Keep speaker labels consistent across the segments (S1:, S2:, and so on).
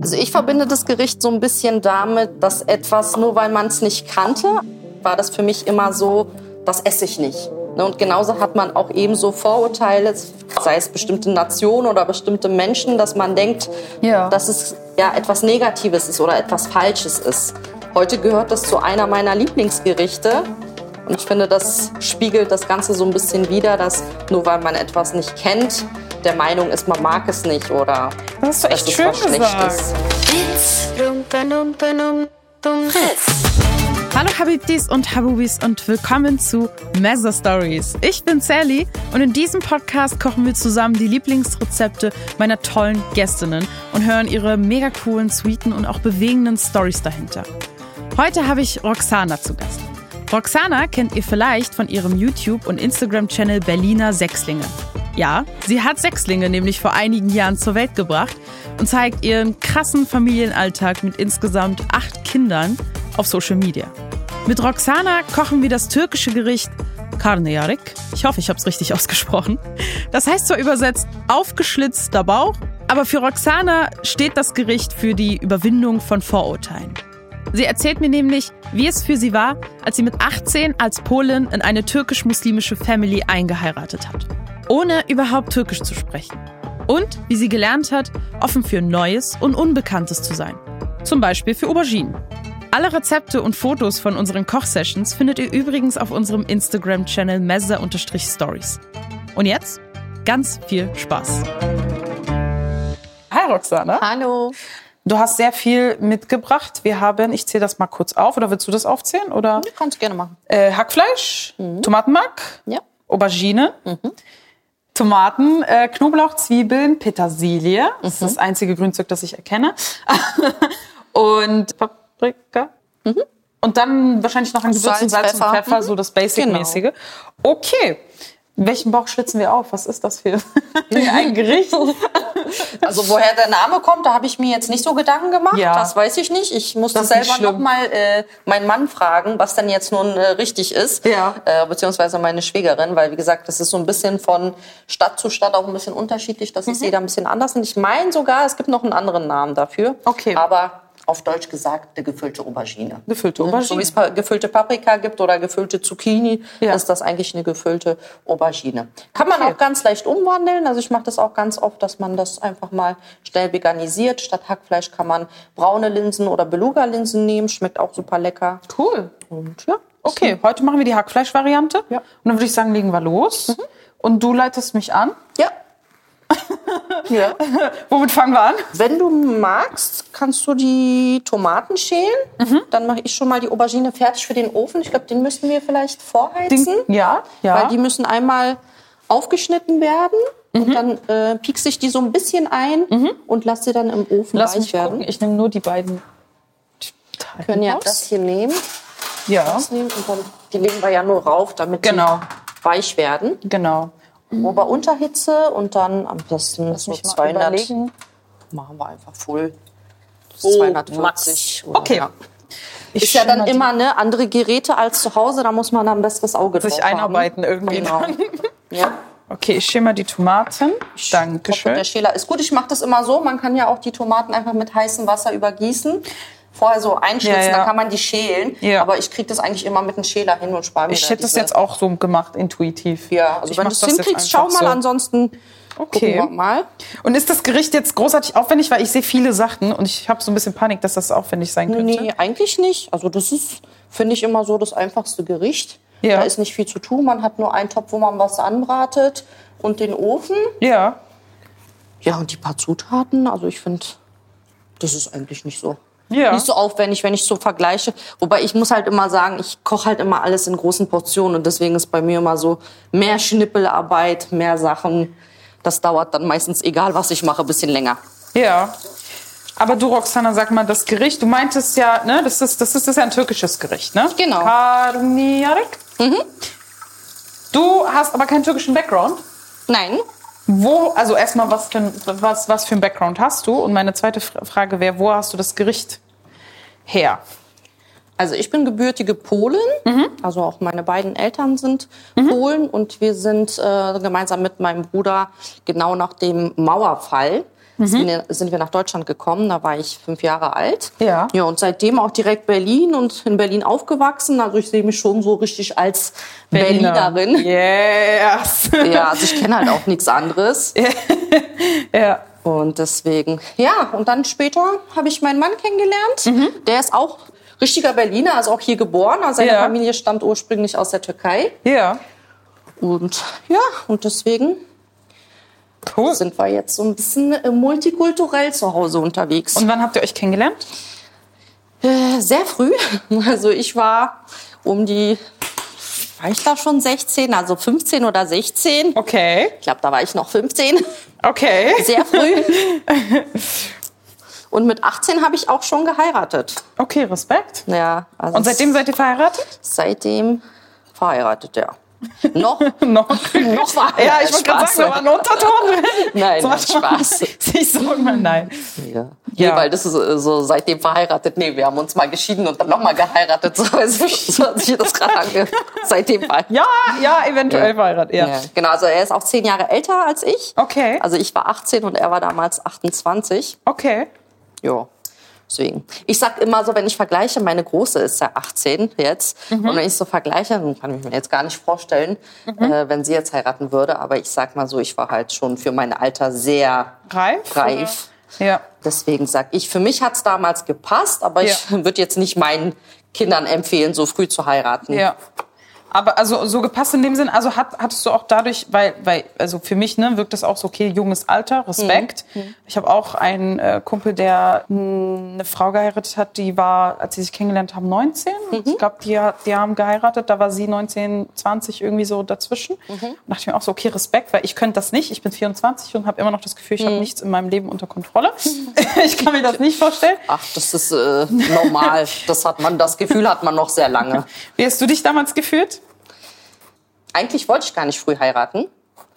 S1: Also ich verbinde das Gericht so ein bisschen damit, dass etwas, nur weil man es nicht kannte, war das für mich immer so, das esse ich nicht. Ne, Und genauso hat man auch ebenso Vorurteile, sei es bestimmte Nationen oder bestimmte Menschen, dass man denkt, ja. dass es ja etwas Negatives ist oder etwas Falsches ist. Heute gehört das zu einer meiner Lieblingsgerichte. Und ich finde, das spiegelt das Ganze so ein bisschen wider, dass nur weil man etwas nicht kennt, der Meinung ist, man mag es nicht oder
S2: das ist
S1: echt
S2: dass es schön was Schlechtes.
S3: Hallo Habibtis und Habubis und willkommen zu Messer Stories. Ich bin Sally und in diesem Podcast kochen wir zusammen die Lieblingsrezepte meiner tollen Gästinnen und hören ihre mega coolen, sweeten und auch bewegenden Stories dahinter. Heute habe ich Roxana zu Gast. Roxana kennt ihr vielleicht von ihrem YouTube- und Instagram-Channel Berliner Sechslinge. Ja, sie hat Sechslinge nämlich vor einigen Jahren zur Welt gebracht und zeigt ihren krassen Familienalltag mit insgesamt acht Kindern auf Social Media. Mit Roxana kochen wir das türkische Gericht Karneyarik. Ich hoffe, ich habe es richtig ausgesprochen. Das heißt zwar übersetzt aufgeschlitzter Bauch, aber für Roxana steht das Gericht für die Überwindung von Vorurteilen. Sie erzählt mir nämlich, wie es für sie war, als sie mit 18 als Polin in eine türkisch-muslimische Family eingeheiratet hat ohne überhaupt Türkisch zu sprechen. Und wie sie gelernt hat, offen für Neues und Unbekanntes zu sein. Zum Beispiel für Auberginen. Alle Rezepte und Fotos von unseren Kochsessions findet ihr übrigens auf unserem Instagram-Channel messer-stories. Und jetzt ganz viel Spaß.
S2: Hi Roxana.
S1: Hallo.
S2: Du hast sehr viel mitgebracht. Wir haben, ich zähle das mal kurz auf, oder willst du das aufzählen? Oder?
S1: Ja, kannst du gerne machen.
S2: Äh, Hackfleisch, mhm. Tomatenmark,
S1: ja.
S2: Aubergine, mhm. Tomaten, äh, Knoblauch, Zwiebeln, Petersilie. Das ist das einzige Grünzeug, das ich erkenne. und Paprika. Mhm. Und dann wahrscheinlich noch ein Gewürz und Salz und Pfeffer, mhm. so das Basic-mäßige. Genau. Okay. Welchen Bauch schlitzen wir auf? Was ist das für ein Gericht?
S1: Also woher der Name kommt, da habe ich mir jetzt nicht so Gedanken gemacht. Ja. Das weiß ich nicht. Ich musste das selber noch mal äh, meinen Mann fragen, was denn jetzt nun äh, richtig ist,
S2: ja.
S1: äh, beziehungsweise meine Schwägerin, weil wie gesagt, das ist so ein bisschen von Stadt zu Stadt auch ein bisschen unterschiedlich. Das mhm. ist jeder ein bisschen anders. Und ich meine sogar, es gibt noch einen anderen Namen dafür.
S2: Okay.
S1: Aber auf Deutsch gesagt eine gefüllte Aubergine.
S2: Gefüllte Aubergine.
S1: So wie es gefüllte Paprika gibt oder gefüllte Zucchini, ja. ist das eigentlich eine gefüllte Aubergine. Kann man okay. auch ganz leicht umwandeln. Also ich mache das auch ganz oft, dass man das einfach mal schnell veganisiert. Statt Hackfleisch kann man braune Linsen oder Beluga-Linsen nehmen. Schmeckt auch super lecker.
S2: Cool.
S1: Und ja.
S2: Okay, so. heute machen wir die Hackfleisch-Variante.
S1: Ja.
S2: Und dann würde ich sagen, legen wir los. Mhm. Und du leitest mich an.
S1: Ja.
S2: ja. Womit fangen wir an?
S1: Wenn du magst, kannst du die Tomaten schälen. Mhm. Dann mache ich schon mal die Aubergine fertig für den Ofen. Ich glaube, den müssen wir vielleicht vorheizen.
S2: Den, ja, ja.
S1: Weil die müssen einmal aufgeschnitten werden. Mhm. Und dann äh, piekse ich die so ein bisschen ein mhm. und lasse sie dann im Ofen
S2: lass
S1: weich werden.
S2: Gucken. Ich nehme nur die beiden
S1: Teile können ja raus. das hier nehmen.
S2: Oh. Ja.
S1: Das nehmen und dann, die legen wir ja nur rauf, damit
S2: genau.
S1: die weich werden.
S2: Genau.
S1: Ober-Unterhitze und dann am besten so 200. Machen wir einfach voll. Oh, 240.
S2: okay.
S1: Ja. ist ja dann immer ne, andere Geräte als zu Hause, da muss man dann ein besseres Auge drauf
S2: Sich einarbeiten
S1: haben.
S2: irgendwie.
S1: Genau. ja.
S2: Okay, ich schäle mal die Tomaten. Dankeschön.
S1: Hoffe, der Schäler ist gut. Ich mache das immer so. Man kann ja auch die Tomaten einfach mit heißem Wasser übergießen vorher so einschnitzen, ja, ja. dann kann man die schälen.
S2: Ja.
S1: Aber ich kriege das eigentlich immer mit einem Schäler hin und spare mir
S2: Ich hätte das jetzt auch so gemacht, intuitiv.
S1: Ja, also ich wenn du es hinkriegst, schau mal, so. ansonsten
S2: okay.
S1: mal.
S2: Und ist das Gericht jetzt großartig aufwendig? Weil ich sehe viele Sachen und ich habe so ein bisschen Panik, dass das aufwendig sein könnte.
S1: Nee, eigentlich nicht. Also das ist, finde ich, immer so das einfachste Gericht.
S2: Ja.
S1: Da ist nicht viel zu tun. Man hat nur einen Topf, wo man was anbratet und den Ofen.
S2: Ja.
S1: Ja, und die paar Zutaten. Also ich finde, das ist eigentlich nicht so
S2: ja.
S1: nicht so aufwendig, wenn ich so vergleiche. Wobei ich muss halt immer sagen, ich koche halt immer alles in großen Portionen und deswegen ist bei mir immer so mehr Schnippelarbeit, mehr Sachen. Das dauert dann meistens, egal was ich mache, bisschen länger.
S2: Ja. Aber du, Roxana, sag mal, das Gericht, du meintest ja, ne, das ist, das ist, das ist ja ein türkisches Gericht, ne?
S1: Genau.
S2: Karniyarik.
S1: Mhm.
S2: Du hast aber keinen türkischen Background?
S1: Nein.
S2: Wo, also erstmal, was für, ein, was, was für ein Background hast du? Und meine zweite Frage wäre, wo hast du das Gericht her?
S1: Also ich bin gebürtige Polin,
S2: mhm.
S1: also auch meine beiden Eltern sind mhm. Polen und wir sind äh, gemeinsam mit meinem Bruder genau nach dem Mauerfall sind, sind wir nach Deutschland gekommen. Da war ich fünf Jahre alt.
S2: Ja.
S1: Ja, und seitdem auch direkt Berlin und in Berlin aufgewachsen. Also ich sehe mich schon so richtig als Berlinerin.
S2: Yes.
S1: Ja, also ich kenne halt auch nichts anderes.
S2: ja.
S1: Und deswegen, ja, und dann später habe ich meinen Mann kennengelernt. Der ist auch richtiger Berliner, also auch hier geboren. Also seine
S2: Mhm. Ja.
S1: Familie stammt ursprünglich aus der Türkei.
S2: Ja.
S1: Und ja, und deswegen
S2: Cool.
S1: sind wir jetzt so ein bisschen äh, multikulturell zu Hause unterwegs.
S2: Und wann habt ihr euch kennengelernt?
S1: Äh, sehr früh. Also ich war um die, war ich da schon 16, also 15 oder 16.
S2: Okay.
S1: Ich glaube, da war ich noch 15.
S2: Okay.
S1: Sehr früh. Und mit 18 habe ich auch schon geheiratet.
S2: Okay, Respekt.
S1: Ja, also
S2: Und seitdem seid ihr verheiratet?
S1: seitdem verheiratet, ja. Noch,
S2: Noch.
S1: noch verheiratet.
S2: Ja, ich wollte gerade sagen, da war ein Unterton.
S1: Nein,
S2: So,
S1: nein, Spaß.
S2: Ich sag mal nein.
S1: Ja.
S2: Ja.
S1: Nee, weil das ist äh, so seitdem verheiratet. Nee, wir haben uns mal geschieden und dann nochmal geheiratet. So, also, so hat sich das gerade angehört. Seitdem verheiratet.
S2: Ja, ja, eventuell verheiratet. Ja.
S1: Genau, also er ist auch zehn Jahre älter als ich.
S2: Okay.
S1: Also ich war 18 und er war damals 28.
S2: Okay.
S1: Ja. Deswegen. Ich sag immer so, wenn ich vergleiche, meine Große ist ja 18 jetzt. Und wenn ich so vergleiche, dann kann ich mir jetzt gar nicht vorstellen, äh, wenn sie jetzt heiraten würde. Aber ich sag mal so, ich war halt schon für mein Alter sehr
S2: Reif?
S1: reif.
S2: Ja.
S1: Deswegen sag ich, für mich hat's damals gepasst, aber ich würde jetzt nicht meinen Kindern empfehlen, so früh zu heiraten.
S2: Ja. Aber also so gepasst in dem Sinn, also hat, hattest du auch dadurch, weil, weil, also für mich ne, wirkt das auch so, okay, junges Alter, Respekt. Ich habe auch einen äh, Kumpel, der mh, eine Frau geheiratet hat, die war, als sie sich kennengelernt haben, 19. Und Ich glaube, die, hat- die haben geheiratet, da war sie 19, 20 irgendwie so dazwischen. Und dachte ich mir auch so, okay, Respekt, weil ich könnte das nicht. Ich bin 24 und habe immer noch das Gefühl, ich habe nichts in meinem Leben unter Kontrolle. ich kann mir das nicht vorstellen.
S1: Ach, das ist äh, normal. Das hat man, das Gefühl hat man noch sehr lange.
S2: Wie hast du dich damals gefühlt?
S1: Eigentlich wollte ich gar nicht früh heiraten,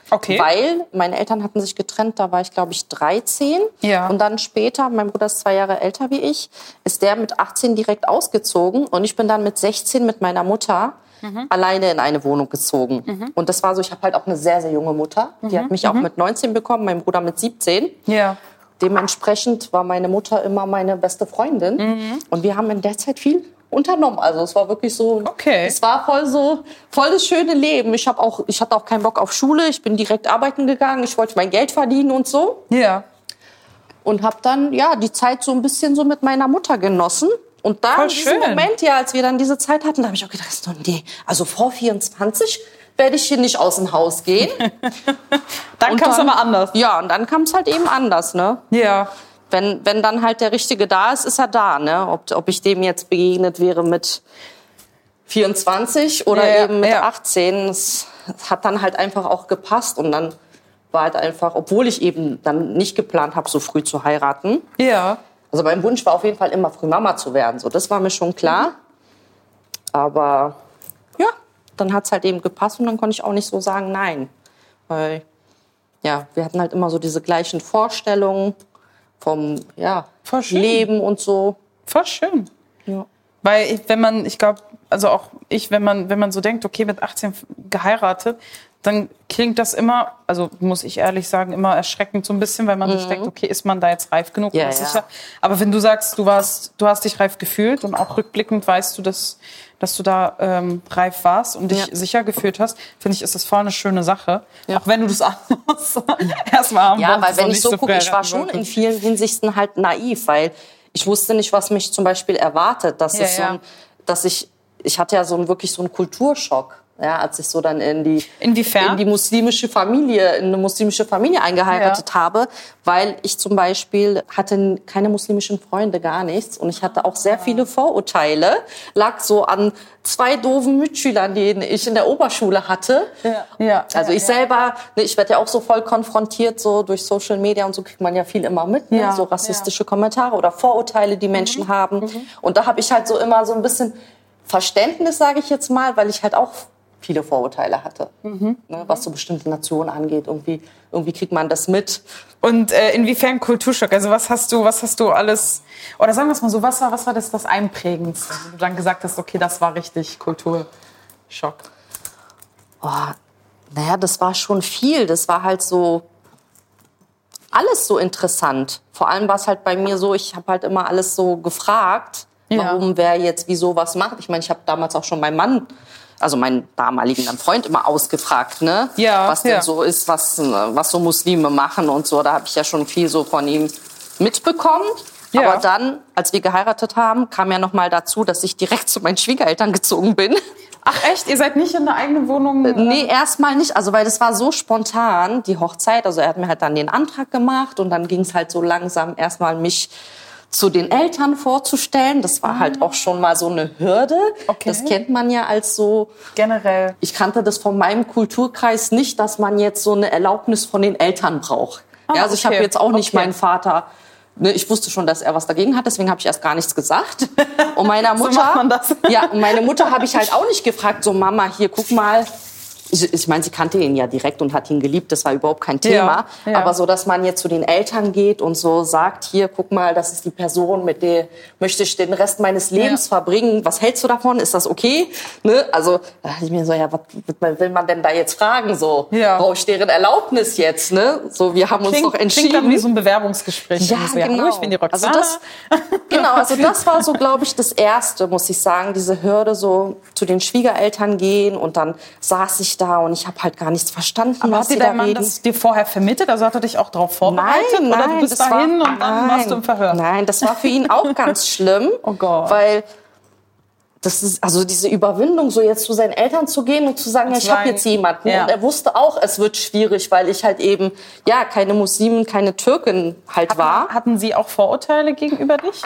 S2: Okay.
S1: weil meine Eltern hatten sich getrennt. Da war ich, glaube ich, 13.
S2: Ja.
S1: Und dann später, mein Bruder ist zwei Jahre älter wie ich, ist der mit 18 direkt ausgezogen und ich bin dann mit 16 mit meiner Mutter
S2: Mhm.
S1: alleine in eine Wohnung gezogen. Und das war so, ich habe halt auch eine sehr, sehr junge Mutter. Die
S2: Mhm.
S1: hat mich auch mit 19 bekommen, mein Bruder mit 17.
S2: ja.
S1: Dementsprechend war meine Mutter immer meine beste Freundin.
S2: Mhm.
S1: Und wir haben in der Zeit viel unternommen. Also es war wirklich so,
S2: Okay.
S1: es war voll so, voll das schöne Leben. Ich, hab auch, ich hatte auch keinen Bock auf Schule. Ich bin direkt arbeiten gegangen. Ich wollte mein Geld verdienen und so.
S2: Ja.
S1: Und habe dann, ja, die Zeit so ein bisschen so mit meiner Mutter genossen. Und da
S2: Voll
S1: in diesem
S2: schön.
S1: Moment, ja, als wir dann diese Zeit hatten, da habe ich auch gedacht, so, nee, also vor 24 werde ich hier nicht aus dem Haus gehen.
S2: Dann
S1: Und
S2: kam es aber anders.
S1: Ja, und dann kam es halt eben anders, ne?
S2: Ja.
S1: wenn, wenn dann halt der Richtige da ist, ist er da. Ne? Ob, ob ich dem jetzt begegnet wäre mit 24 oder
S2: Ja, ja,
S1: eben mit
S2: ja.
S1: 18, es hat dann halt einfach auch gepasst. Und dann war halt einfach, obwohl ich eben dann nicht geplant habe, so früh zu heiraten.
S2: Ja.
S1: Also mein Wunsch war auf jeden Fall immer früh Mama zu werden. So, das war mir schon klar. Aber ja, dann hat es halt eben gepasst und dann konnte ich auch nicht so sagen, nein. Weil, ja, wir hatten halt immer so diese gleichen Vorstellungen vom ja,
S2: Voll schön.
S1: Leben und so.
S2: Voll schön.
S1: Ja.
S2: Weil ich, wenn man, ich glaube, also auch ich, wenn man, wenn man so denkt, okay, mit 18 f- geheiratet, dann klingt das immer, also muss ich ehrlich sagen, immer erschreckend so ein bisschen, weil man sich denkt, okay, ist man da jetzt reif genug?
S1: Mhm. Ja,
S2: Das ist
S1: ja.
S2: aber wenn du sagst, du warst, du hast dich reif gefühlt und auch rückblickend weißt du, dass, dass du da ähm, reif warst und dich
S1: Ja.
S2: sicher gefühlt hast, finde ich, ist das voll eine schöne Sache. Auch wenn du das anders erstmal haben
S1: Ja,
S2: wolltest
S1: weil wenn
S2: und
S1: ich so gucke, ich war
S2: verheiraten
S1: schon
S2: wolltest.
S1: in vielen Hinsichten halt naiv, weil ich wusste nicht, was mich zum Beispiel erwartet. Dass,
S2: Ja,
S1: es so
S2: ja.
S1: ein, dass ich, ich hatte ja so ein, wirklich so einen Kulturschock. Ja, als ich so dann in die
S2: Inwiefern?
S1: in die muslimische Familie in eine muslimische Familie eingeheiratet habe, weil ich zum Beispiel hatte keine muslimischen Freunde gar nichts und ich hatte auch
S2: Ah.
S1: sehr viele Vorurteile lag so an zwei doofen Mitschülern, die ich in der Oberschule hatte
S2: Ja.
S1: also ich selber, ne, ich werde ja auch so voll konfrontiert, so durch Social Media und so kriegt man ja viel immer mit, ne?
S2: Ja, Mhm.
S1: so rassistische Kommentare oder Vorurteile, die Menschen haben. Und da habe ich halt so immer so ein bisschen Verständnis, sage ich jetzt mal, weil ich halt auch viele Vorurteile hatte, ne? was so bestimmte Nationen angeht. Irgendwie, irgendwie kriegt man das mit.
S2: Und äh, inwiefern Kulturschock? Also was hast du, was hast du alles? Oder sagen wir es mal so, was war, was war das, das Einprägendste? wo Du dann gesagt hast, okay, das war richtig Kulturschock.
S1: Oh, naja, das war schon viel. Das war halt so, alles so interessant. Vor allem war es halt bei mir so, ich habe halt immer alles so gefragt,
S3: Ja.
S1: warum wer jetzt wieso was macht. Ich meine, ich habe damals auch schon meinen Mann, also meinen damaligen dann Freund immer ausgefragt, ne?
S2: Ja,
S1: was denn
S2: ja.
S1: so ist, was, äh, was so Muslime machen und so. Da habe ich ja schon viel so von ihm mitbekommen.
S2: Ja.
S1: Aber dann, als wir geheiratet haben, kam ja noch mal dazu, dass ich direkt zu meinen Schwiegereltern gezogen bin.
S2: Ach echt, ihr seid nicht in der eigenen Wohnung?
S1: Äh, Nee, erstmal nicht. Also, weil das war so spontan, die Hochzeit. Also, er hat mir halt dann den Antrag gemacht und dann ging es halt so langsam erstmal mich zu den Eltern vorzustellen. Das war halt auch schon mal so eine Hürde.
S2: Okay.
S1: Das kennt man ja als so.
S2: Generell.
S1: Ich kannte das von meinem Kulturkreis nicht, dass man jetzt so eine Erlaubnis von den Eltern braucht.
S2: Ah,
S1: ja, also ich
S2: okay.
S1: habe jetzt auch nicht
S2: Okay.
S1: meinen Vater. Ne, ich wusste schon, dass er was dagegen hat, deswegen habe ich erst gar nichts gesagt. Und meiner
S2: So
S1: Mutter,
S2: macht man das.
S1: ja, und meine Mutter habe ich halt auch nicht gefragt. So Mama, hier guck mal. Ich, ich meine, sie kannte ihn ja direkt und hat ihn geliebt. Das war überhaupt kein Thema.
S2: Ja, ja.
S1: Aber so, dass man jetzt zu den Eltern geht und so sagt, hier guck mal, das ist die Person, mit der möchte ich den Rest meines Lebens verbringen. Was hältst du davon? Ist das okay? Ne? Also da dachte ich mir so, ja, was will man denn da jetzt fragen? So
S2: Ja.
S1: brauche ich deren Erlaubnis jetzt? Ne? So, wir haben uns doch entschieden.
S2: klingt dann wie so ein Bewerbungsgespräch. Und so, hallo, ich bin die
S1: Also
S2: Roxana.
S1: das, genau, also das war so, glaube ich, das Erste, muss ich sagen, diese Hürde, so zu den Schwiegereltern gehen und dann saß ich da und ich habe halt gar nichts verstanden,
S2: Aber
S1: was
S2: hat dir
S1: sie da
S2: dein Mann
S1: reden.
S2: das dir vorher vermittelt? Also hat er dich auch darauf vorbereitet? Oder du bist
S1: das war-
S2: dahin und dann warst du im Verhör?
S1: Nein, das war für ihn auch ganz schlimm,
S2: Oh Gott.
S1: weil das ist also diese Überwindung, so jetzt zu seinen Eltern zu gehen und zu sagen, ja,
S2: zu
S1: ich habe
S2: sagen,
S1: jetzt jemanden.
S2: ja.
S1: Und er wusste auch, es wird schwierig, weil ich halt eben ja keine Muslimin, keine Türkin halt war.
S2: Hatten sie auch Vorurteile gegenüber dich?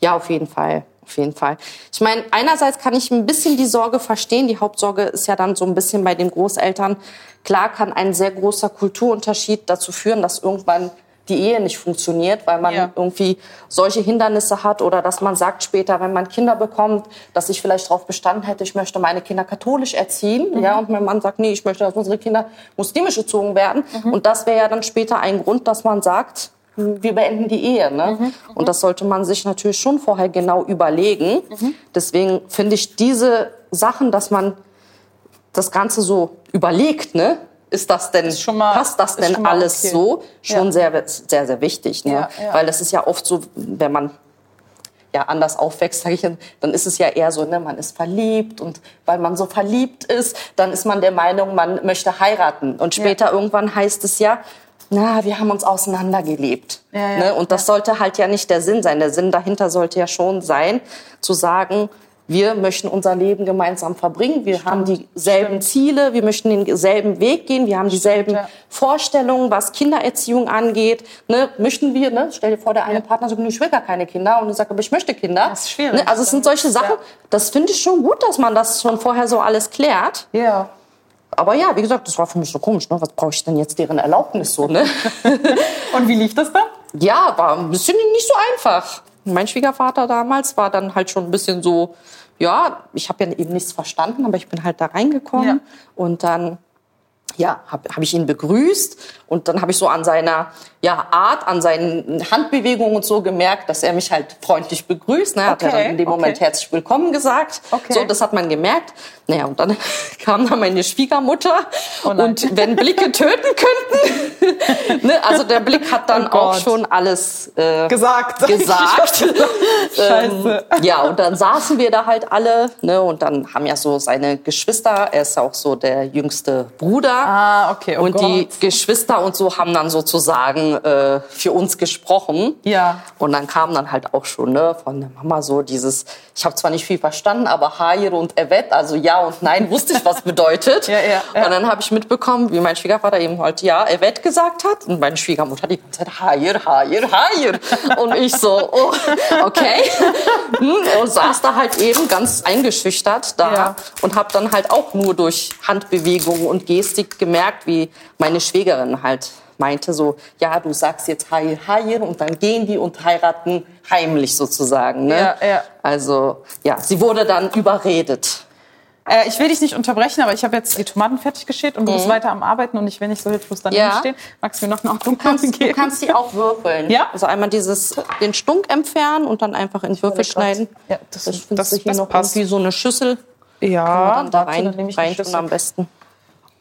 S1: Ja, auf jeden Fall. Auf jeden Fall. Ich meine, einerseits kann ich ein bisschen die Sorge verstehen. Die Hauptsorge ist ja dann so ein bisschen bei den Großeltern. Klar kann ein sehr großer Kulturunterschied dazu führen, dass irgendwann die Ehe nicht funktioniert, weil man
S2: Ja.
S1: irgendwie solche Hindernisse hat oder dass man sagt später, wenn man Kinder bekommt, dass ich vielleicht darauf bestanden hätte, ich möchte meine Kinder katholisch erziehen.
S2: Mhm.
S1: Ja, und mein Mann sagt, nee, ich möchte, dass unsere Kinder muslimisch erzogen werden.
S2: Mhm.
S1: Und das wäre ja dann später ein Grund, dass man sagt, wir beenden die Ehe. Ne?
S2: Mhm.
S1: Und das sollte man sich natürlich schon vorher genau überlegen.
S2: Mhm.
S1: Deswegen finde ich diese Sachen, dass man das Ganze so überlegt, ne? Ist das denn,
S2: schon mal-
S1: passt das
S2: ist
S1: denn
S2: schon mal
S1: alles
S2: okay.
S1: so? Schon
S2: Ja.
S1: sehr, sehr, sehr wichtig, ne?
S2: Ja, ja.
S1: Weil das ist ja oft so, wenn man ja anders aufwächst, sage ich, dann ist es ja eher so, ne, man ist verliebt und weil man so verliebt ist, dann ist man der Meinung, man möchte heiraten und später irgendwann heißt es ja, na, wir haben uns auseinandergelebt.
S2: Ja, ja,
S1: ne? Und das sollte halt ja nicht der Sinn sein. Der Sinn dahinter sollte ja schon sein, zu sagen, wir möchten unser Leben gemeinsam verbringen, wir haben dieselben Ziele, wir möchten denselben Weg gehen, wir haben dieselben
S2: ja.
S1: Vorstellungen, was Kindererziehung angeht. Ne, möchten wir, ne, stell dir vor, der eine Partner sagt, "Nee, ich will gar keine Kinder und du sagst, aber ich möchte Kinder.
S2: Das ist schwierig.
S1: Ne, also es sind
S2: Dann-
S1: solche Sachen,
S2: ja.
S1: das finde ich schon gut, dass man das schon vorher so alles klärt.
S2: Ja.
S1: Aber ja, wie gesagt, das war für mich so komisch. Ne? Was brauche ich denn jetzt deren Erlaubnis so? Ne?
S2: Und wie lief das dann?
S1: ja, war ein bisschen nicht so einfach. Mein Schwiegervater damals war dann halt schon ein bisschen so, ja, ich habe ja eben nichts verstanden, aber ich bin halt da reingekommen
S2: Ja.
S1: und dann ja, habe hab ich ihn begrüßt und dann habe ich so an seiner ja, Art, an seinen Handbewegungen und so gemerkt, dass er mich halt freundlich begrüßt. Ne? Hat er
S2: Okay,
S1: dann in dem
S2: okay.
S1: Moment herzlich willkommen gesagt.
S2: Okay.
S1: So, das hat man gemerkt. Naja, und dann kam da meine Schwiegermutter
S2: Oh nein.
S1: und wenn Blicke töten könnten, ne? also der Blick hat dann
S2: Oh
S1: auch
S2: Gott.
S1: schon alles äh,
S2: Gesagt.
S1: gesagt.
S2: Scheiße.
S1: Ähm, ja, und dann saßen wir da halt alle, ne, und dann haben ja so seine Geschwister, er ist ja auch so der jüngste Bruder.
S2: Ah, okay, oh
S1: Und die
S2: Gott.
S1: Geschwister und so haben dann sozusagen äh, für uns gesprochen.
S2: Ja.
S1: Und dann kam dann halt auch schon ne, von der Mama so dieses, ich habe zwar nicht viel verstanden, aber Hayr und Evet, also ja und nein, wusste ich, was bedeutet.
S2: Ja, ja, ja.
S1: Und dann habe ich mitbekommen, wie mein Schwiegervater eben heute ja Evet gesagt hat und meine Schwiegermutter die ganze Zeit Hayr, Hayr, Hayr. Und ich so, oh, okay. Hm, Und saß da halt eben ganz eingeschüchtert da
S2: Ja.
S1: und habe dann halt auch nur durch Handbewegungen und Gestik gemerkt, wie meine Schwägerin halt meinte so, ja, du sagst jetzt Hayr, Hayr und dann gehen die und heiraten heimlich sozusagen. Ne?
S2: Ja, ja.
S1: Also ja, sie wurde dann überredet.
S2: Äh, ich will dich nicht unterbrechen, aber ich habe jetzt die Tomaten fertig geschält und du bist weiter am Arbeiten und ich will nicht so hilflos daneben
S1: Mhm. Ja.
S2: stehen. Magst du mir noch eine Ordnung
S1: kannst,
S2: geben?
S1: du kannst die auch würfeln.
S2: Ja?
S1: Also einmal dieses, den Stunk entfernen und dann einfach in Würfel schneiden.
S2: Ja, das-
S1: das findest
S2: das-
S1: du hier
S2: das
S1: noch
S2: passt.
S1: irgendwie so eine Schüssel.
S2: ja,
S1: dann da
S2: Ah, warte,
S1: rein,
S2: dann nehme ich die
S1: rein tun
S2: Schlüssel.
S1: am besten.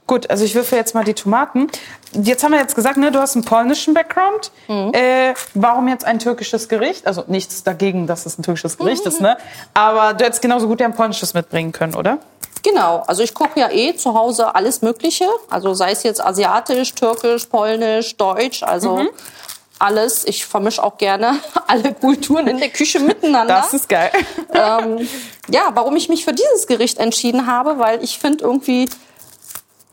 S2: Gut, also ich würfe jetzt mal die Tomaten. Jetzt haben wir jetzt gesagt, ne, du hast einen polnischen Background.
S1: Mhm.
S2: Äh, warum jetzt ein türkisches Gericht? Also nichts dagegen, dass es ein türkisches
S1: Mhm.
S2: Gericht ist, ne? Aber du hättest genauso gut ja ein polnisches mitbringen können, oder?
S1: Genau, also ich koche ja eh zu Hause alles Mögliche. Also sei es jetzt asiatisch, türkisch, polnisch, deutsch, also
S2: Mhm.
S1: alles. Ich vermische auch gerne alle Kulturen in der Küche miteinander.
S2: Das ist geil.
S1: ähm, ja, warum ich mich für dieses Gericht entschieden habe, weil ich finde irgendwie,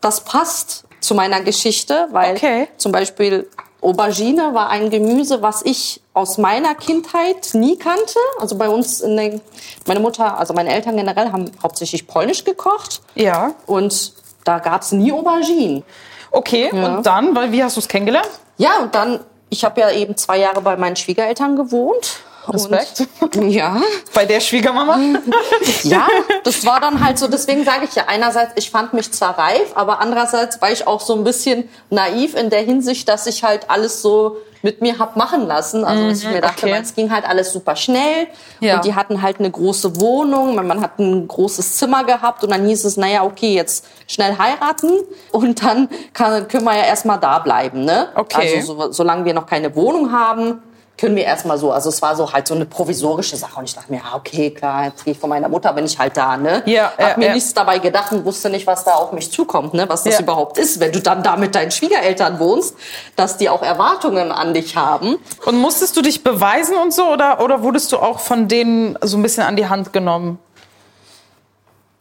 S1: das passt zu meiner Geschichte, weil
S2: Okay.
S1: zum Beispiel Aubergine war ein Gemüse, was ich aus meiner Kindheit nie kannte. Also bei uns, in den, meine Mutter, also meine Eltern generell haben hauptsächlich polnisch gekocht
S2: Ja.
S1: und da gab es nie Auberginen.
S2: Okay, und dann, weil wie hast du es kennengelernt?
S1: Ja, und dann, ich habe ja eben zwei Jahre bei meinen Schwiegereltern gewohnt.
S2: Respekt.
S1: Und, ja,
S2: Bei der Schwiegermama?
S1: ja, das war dann halt so, deswegen sage ich ja einerseits, ich fand mich zwar reif, aber andererseits war ich auch so ein bisschen naiv in der Hinsicht, dass ich halt alles so mit mir hab machen lassen. Also dass ich mir dachte,
S2: Mhm, okay.
S1: man, es ging halt alles super schnell
S2: Ja.
S1: und die hatten halt eine große Wohnung, mein Mann hat ein großes Zimmer gehabt und dann hieß es, naja, okay, jetzt schnell heiraten und dann kann, können wir ja erstmal da bleiben. Ne?
S2: Okay.
S1: Also so, solange wir noch keine Wohnung haben, können wir erstmal so. Also es war so halt so eine provisorische Sache und ich dachte mir, ja, okay, klar, jetzt gehe ich von meiner Mutter, bin ich halt da, ne?
S2: Ja,
S1: Hab
S2: ja,
S1: mir
S2: ja.
S1: nichts dabei gedacht und wusste nicht, was da auf mich zukommt, ne? Was das
S2: Ja.
S1: überhaupt ist, wenn du dann da mit deinen Schwiegereltern wohnst, dass die auch Erwartungen an dich haben.
S2: Und musstest du dich beweisen und so oder, oder wurdest du auch von denen so ein bisschen an die Hand genommen?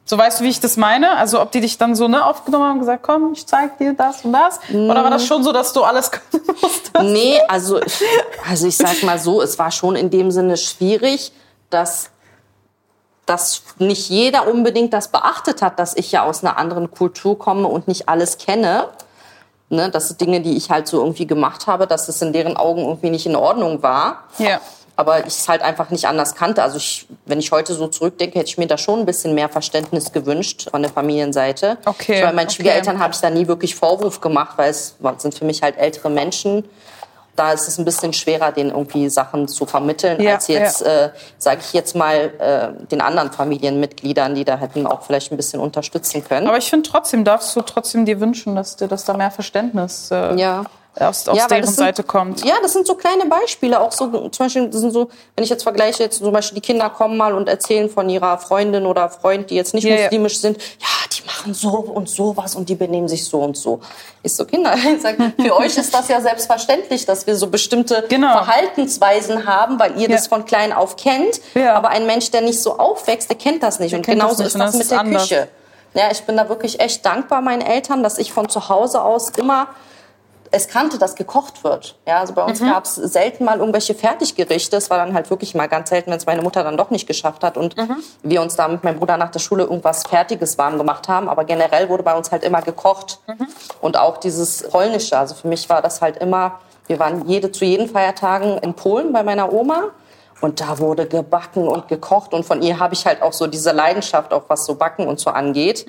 S2: So weißt du, wie ich das meine? Also ob die dich dann so ne, aufgenommen haben und gesagt, komm, ich zeig dir das und das? Oder war das
S1: Mhm.
S2: schon so, dass du alles können musstest?
S1: Nee, also, also ich sag mal so, es war schon in dem Sinne schwierig, dass, dass nicht jeder unbedingt das beachtet hat, dass ich ja aus einer anderen Kultur komme und nicht alles kenne. Ne, das sind Dinge, die ich halt so irgendwie gemacht habe, dass es in deren Augen irgendwie nicht in Ordnung war.
S2: Ja.
S1: Aber ich es halt einfach nicht anders kannte. Also ich, wenn ich heute so zurückdenke, hätte ich mir da schon ein bisschen mehr Verständnis gewünscht von der Familienseite.
S2: Okay,
S1: Bei meinen
S2: okay.
S1: Schwiegereltern habe ich da nie wirklich Vorwurf gemacht, weil es sind für mich halt ältere Menschen. Da ist es ein bisschen schwerer, denen irgendwie Sachen zu vermitteln,
S2: Ja,
S1: als jetzt, äh, sage ich jetzt mal, äh, den anderen Familienmitgliedern, die da hätten auch vielleicht ein bisschen unterstützen können.
S2: Aber ich finde trotzdem, darfst du trotzdem dir wünschen, dass dir das da mehr Verständnis äh,
S1: ja.
S2: aus, aus
S1: Ja, weil
S2: deren
S1: das sind-
S2: Seite kommt.
S1: Ja, das sind so kleine Beispiele. Auch so, zum Beispiel, das sind so, wenn ich jetzt vergleiche, jetzt zum Beispiel die Kinder kommen mal und erzählen von ihrer Freundin oder Freund, die jetzt nicht
S2: Ja, ja.
S1: muslimisch sind, ja, die machen so und sowas und die benehmen sich so und so. Ich so, Kinder, ich sag, für euch ist das ja selbstverständlich, dass wir so bestimmte
S2: Genau.
S1: Verhaltensweisen haben, weil ihr
S2: Ja.
S1: das von klein auf kennt.
S2: Ja.
S1: Aber ein Mensch, der nicht so aufwächst, der kennt das nicht. und
S2: kennt das
S1: genauso
S2: nicht
S1: ist
S2: und
S1: das
S2: das ist
S1: mit der
S2: anders.
S1: Küche. Ja, ich bin da wirklich echt dankbar meinen Eltern, dass ich von zu Hause aus immer es kannte, dass gekocht wird. Ja, also bei uns
S2: Mhm.
S1: gab's gab es selten mal irgendwelche Fertiggerichte. Es war dann halt wirklich mal ganz selten, wenn es meine Mutter dann doch nicht geschafft hat und
S2: Mhm.
S1: wir uns da mit meinem Bruder nach der Schule irgendwas Fertiges warm gemacht haben. Aber generell wurde bei uns halt immer gekocht.
S2: Mhm.
S1: Und auch dieses Polnische. Also für mich war das halt immer, wir waren jede zu jeden Feiertagen in Polen bei meiner Oma. Und da wurde gebacken und gekocht. Und von ihr habe ich halt auch so diese Leidenschaft, auch was so Backen und so angeht.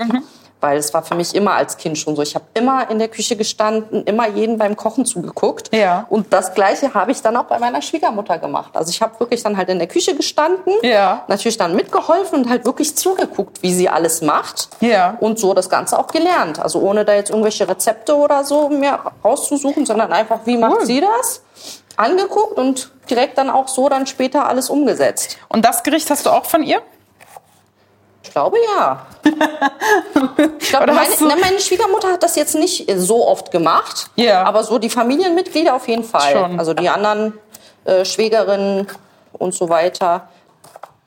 S1: Weil es war für mich immer als Kind schon so. Ich habe immer in der Küche gestanden, immer jeden beim Kochen zugeguckt.
S2: Ja.
S1: Und das Gleiche habe ich dann auch bei meiner Schwiegermutter gemacht. Also ich habe wirklich dann halt in der Küche gestanden,
S2: Ja.
S1: natürlich dann mitgeholfen und halt wirklich zugeguckt, wie sie alles macht.
S2: Ja.
S1: Und so das Ganze auch gelernt. Also ohne da jetzt irgendwelche Rezepte oder so mir rauszusuchen, sondern einfach, wie macht
S2: Cool.
S1: sie das? Angeguckt und direkt dann auch so dann später alles umgesetzt.
S2: Und das Gericht hast du auch von ihr?
S1: Ich glaube ja. Ich glaube,
S2: Oder
S1: meine,
S2: hast du-
S1: na, meine Schwiegermutter hat das jetzt nicht so oft gemacht.
S2: Ja.
S1: Aber so die Familienmitglieder auf jeden Fall.
S2: Schon.
S1: Also die anderen äh, Schwägerinnen und so weiter.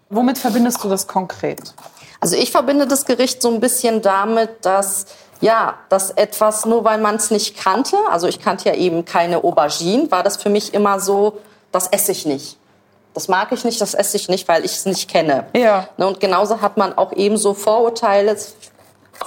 S2: Womit verbindest du das konkret?
S1: Also ich verbinde das Gericht so ein bisschen damit, dass ja, dass etwas nur weil man es nicht kannte, also ich kannte ja eben keine Aubergine, war das für mich immer so, das esse ich nicht. Das mag ich nicht, das esse ich nicht, weil ich es nicht kenne.
S2: Ja.
S1: Ne, Und genauso hat man auch eben so Vorurteile,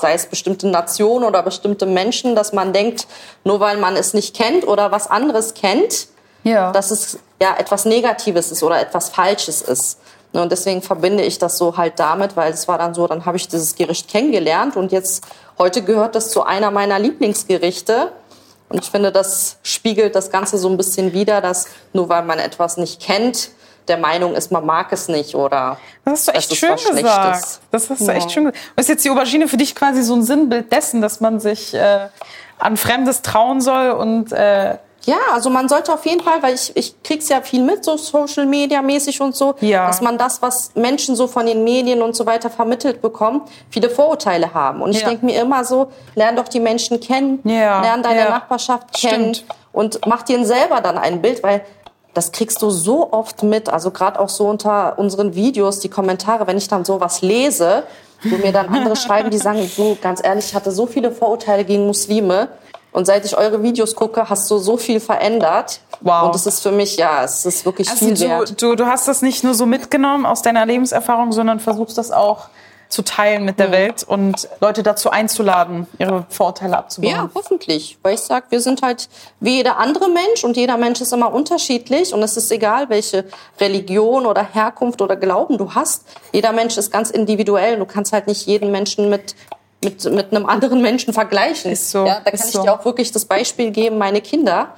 S1: sei es bestimmte Nationen oder bestimmte Menschen, dass man denkt, nur weil man es nicht kennt oder was anderes kennt,
S2: Ja.
S1: dass es ja etwas Negatives ist oder etwas Falsches ist. Ne, Und deswegen verbinde ich das so halt damit, weil es war dann so, dann habe ich dieses Gericht kennengelernt und jetzt heute gehört das zu einer meiner Lieblingsgerichte. Und ich finde, das spiegelt das Ganze so ein bisschen wider, dass nur weil man etwas nicht kennt, der Meinung ist, man mag es nicht oder
S2: Das hast du
S1: dass
S2: echt
S1: es
S2: schön
S1: was Schlechtes.
S2: gesagt. Das hast du echt schön gesagt. Und ist jetzt die Aubergine für dich quasi so ein Sinnbild dessen, dass man sich äh, an Fremdes trauen soll und äh,
S1: Ja, also man sollte auf jeden Fall, weil ich, ich krieg's ja viel mit, so Social Media mäßig und so,
S2: Ja.
S1: dass man das, was Menschen so von den Medien und so weiter vermittelt bekommen, viele Vorurteile haben. Und ich
S2: Ja.
S1: denk denke mir immer so, lern doch die Menschen kennen,
S2: Ja,
S1: lern deine
S2: ja.
S1: Nachbarschaft kennen
S2: Stimmt.
S1: und mach dir selber dann ein Bild, weil das kriegst du so oft mit, also gerade auch so unter unseren Videos, die Kommentare, wenn ich dann sowas lese, wo mir dann andere schreiben, die sagen, du, ganz ehrlich, ich hatte so viele Vorurteile gegen Muslime und seit ich eure Videos gucke, hast du so viel verändert.
S2: Wow.
S1: Und es ist für mich, ja, es ist wirklich
S2: also
S1: viel
S2: du,
S1: wert.
S2: du, du hast das nicht nur so mitgenommen aus deiner Lebenserfahrung, sondern versuchst das auch zu teilen mit der Welt und Leute dazu einzuladen, ihre Vorurteile abzubauen.
S1: Ja, hoffentlich. Weil ich sag, wir sind halt wie jeder andere Mensch und jeder Mensch ist immer unterschiedlich und es ist egal, welche Religion oder Herkunft oder Glauben du hast. Jeder Mensch ist ganz individuell. Du kannst halt nicht jeden Menschen mit mit, mit einem anderen Menschen vergleichen.
S2: Ist so,
S1: ja, da kann
S2: ist
S1: ich
S2: so.
S1: dir auch wirklich das Beispiel geben, meine Kinder.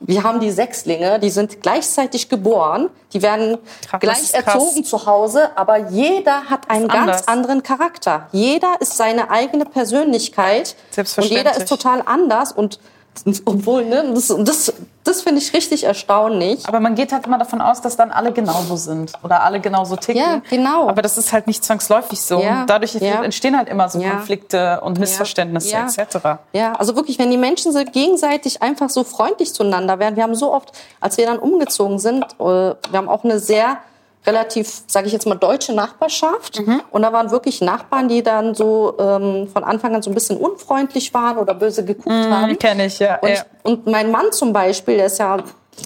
S1: Wir haben die Sechslinge, die sind gleichzeitig geboren, die werden
S2: Krass, das
S1: gleich
S2: ist krass.
S1: erzogen zu Hause, aber jeder hat einen ganz
S2: anders.
S1: anderen Charakter. Jeder ist seine eigene Persönlichkeit und
S2: Selbstverständlich.
S1: jeder ist total anders und obwohl, ne, das, das, das finde ich richtig erstaunlich.
S2: Aber man geht halt immer davon aus, dass dann alle genauso sind oder alle genauso ticken.
S1: Ja, genau.
S2: Aber das ist halt nicht zwangsläufig so.
S1: Ja,
S2: Und dadurch
S1: ja.
S2: entstehen halt immer so
S1: Ja.
S2: Konflikte und Missverständnisse
S1: Ja.
S2: etc.
S1: Ja, also wirklich, wenn die Menschen so gegenseitig einfach so freundlich zueinander werden. Wir haben so oft, als wir dann umgezogen sind, äh, wir haben auch eine sehr relativ, sage ich jetzt mal, deutsche Nachbarschaft. Und da waren wirklich Nachbarn, die dann so ähm, von Anfang an so ein bisschen unfreundlich waren oder böse geguckt haben.
S2: Kenne ich, ja.
S1: Und,
S2: ja.
S1: und mein Mann zum Beispiel, der ist ja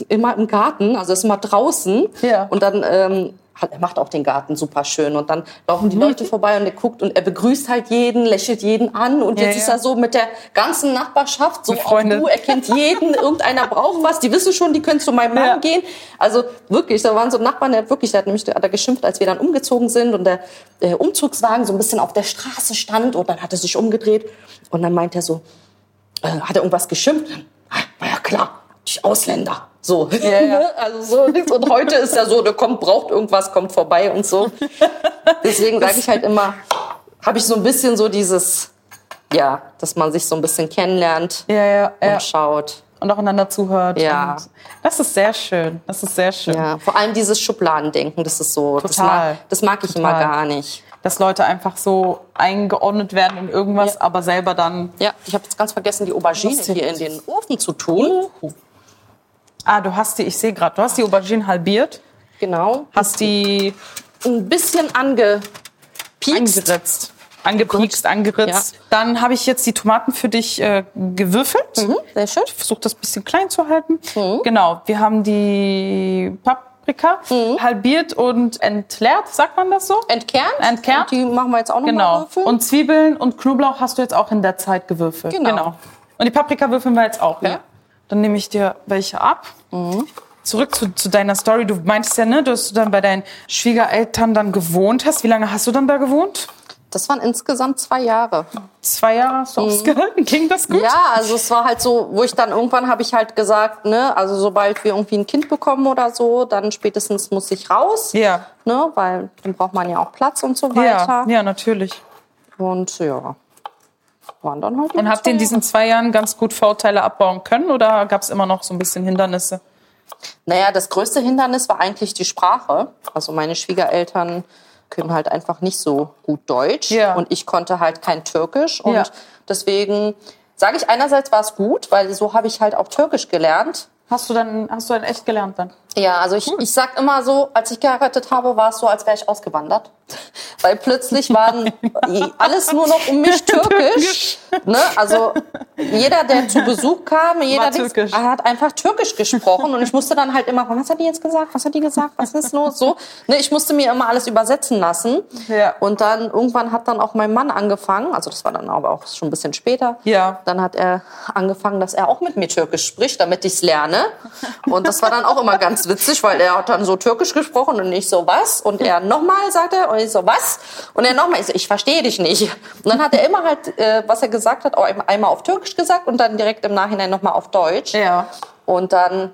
S1: immer im Garten, also ist immer draußen.
S2: Ja.
S1: Und dann ähm, hat, er macht auch den Garten super schön. Und dann laufen die Leute vorbei und er guckt und er begrüßt halt jeden, lächelt jeden an. Und
S2: Ja,
S1: jetzt
S2: ja.
S1: ist er so mit der ganzen Nachbarschaft so
S2: Befreundet.
S1: auf Du, er kennt jeden, irgendeiner braucht was. Die wissen schon, die können zu meinem Mann
S2: Ja.
S1: gehen. Also wirklich, da waren so Nachbarn, der hat wirklich, der hat nämlich der hat da geschimpft, als wir dann umgezogen sind und der, der Umzugswagen so ein bisschen auf der Straße stand und dann hat er sich umgedreht und dann meint er so, äh, hat er irgendwas geschimpft? Ah, War ja klar, die Ausländer. So,
S2: ja.
S1: ne? also so nichts. Und heute ist ja so, der kommt, braucht irgendwas, kommt vorbei und so. Deswegen sage ich halt immer, habe ich so ein bisschen so dieses, ja, dass man sich so ein bisschen kennenlernt
S2: Ja, ja, ja.
S1: und schaut.
S2: Und auch einander zuhört.
S1: Ja.
S2: Und das ist sehr schön. Das ist sehr schön.
S1: Ja, vor allem dieses Schubladendenken, das ist so, das
S2: Total.
S1: mag, das mag ich
S2: Total.
S1: immer gar nicht.
S2: Dass Leute einfach so eingeordnet werden in irgendwas,
S1: Ja.
S2: aber selber dann.
S1: Ja, ich habe jetzt ganz vergessen, die Aubergine
S2: Lustig.
S1: hier in den Ofen zu tun.
S2: Ah, du hast die, ich sehe gerade, du hast die Aubergine halbiert,
S1: Genau.
S2: hast die
S1: Ein bisschen angepiekst.
S2: angeritzt. Angepiekst, angeritzt. Dann habe ich jetzt die Tomaten für dich äh, gewürfelt.
S1: Mhm, sehr schön.
S2: versuche das ein bisschen klein zu halten. Genau, wir haben die Paprika
S1: Mhm.
S2: halbiert und entleert, sagt man das so?
S1: Entkernt. Und
S2: Entkernt.
S1: die machen wir jetzt auch nochmal
S2: Genau.
S1: Würfel.
S2: Und Zwiebeln und Knoblauch hast du jetzt auch in der Zeit gewürfelt.
S1: Genau.
S2: Und die Paprika würfeln wir jetzt auch, ja? Mhm.
S1: Ja.
S2: Dann nehme ich dir welche ab. Zurück zu, zu deiner Story. Du meintest ja, ne, dass du dann bei deinen Schwiegereltern dann gewohnt hast. Wie lange hast du dann da gewohnt?
S1: das waren insgesamt zwei Jahre.
S2: Zwei Jahre hast du ausgehalten. Ging das gut?
S1: Ja, also es war halt so, wo ich dann irgendwann habe ich halt gesagt, ne, also sobald wir irgendwie ein Kind bekommen oder so, dann spätestens muss ich raus.
S2: Ja.
S1: Ne, weil dann braucht man ja auch Platz und so
S2: Ja,
S1: weiter.
S2: ja, natürlich.
S1: Und ja, waren dann halt
S2: Und habt ihr in diesen zwei Jahren ganz gut Vorurteile abbauen können oder gab es immer noch so ein bisschen Hindernisse?
S1: Naja, das größte Hindernis war eigentlich die Sprache. Also meine Schwiegereltern können halt einfach nicht so gut Deutsch
S2: Ja.
S1: und ich konnte halt kein Türkisch und
S2: Ja.
S1: deswegen sage ich einerseits war es gut, weil so habe ich halt auch Türkisch gelernt.
S2: Hast du dann, hast du dann echt gelernt dann?
S1: Ja, also
S2: Hm.
S1: ich, ich sag immer so, als ich geheiratet habe, war es so, als wäre ich ausgewandert. Weil plötzlich waren alles nur noch um mich türkisch. ne? Also jeder, der zu Besuch kam, jeder Dings,
S2: türkisch.
S1: hat einfach türkisch gesprochen. Und ich musste dann halt immer, was hat die jetzt gesagt? Was hat die gesagt? Was ist los? So, ne? Ich musste mir immer alles übersetzen lassen.
S2: Ja.
S1: Und dann irgendwann hat dann auch mein Mann angefangen, also das war dann aber auch schon ein bisschen später.
S2: Ja.
S1: Dann hat er angefangen, dass er auch mit mir Türkisch spricht, damit ich's lerne. Und das war dann auch immer ganz witzig, weil er hat dann so Türkisch gesprochen und ich so was und er nochmal sagt er und ich so was und er nochmal ich, so, ich verstehe dich nicht. Und dann hat er immer halt, äh, was er gesagt hat, auch einmal auf Türkisch gesagt und dann direkt im Nachhinein nochmal auf Deutsch.
S2: Ja.
S1: Und dann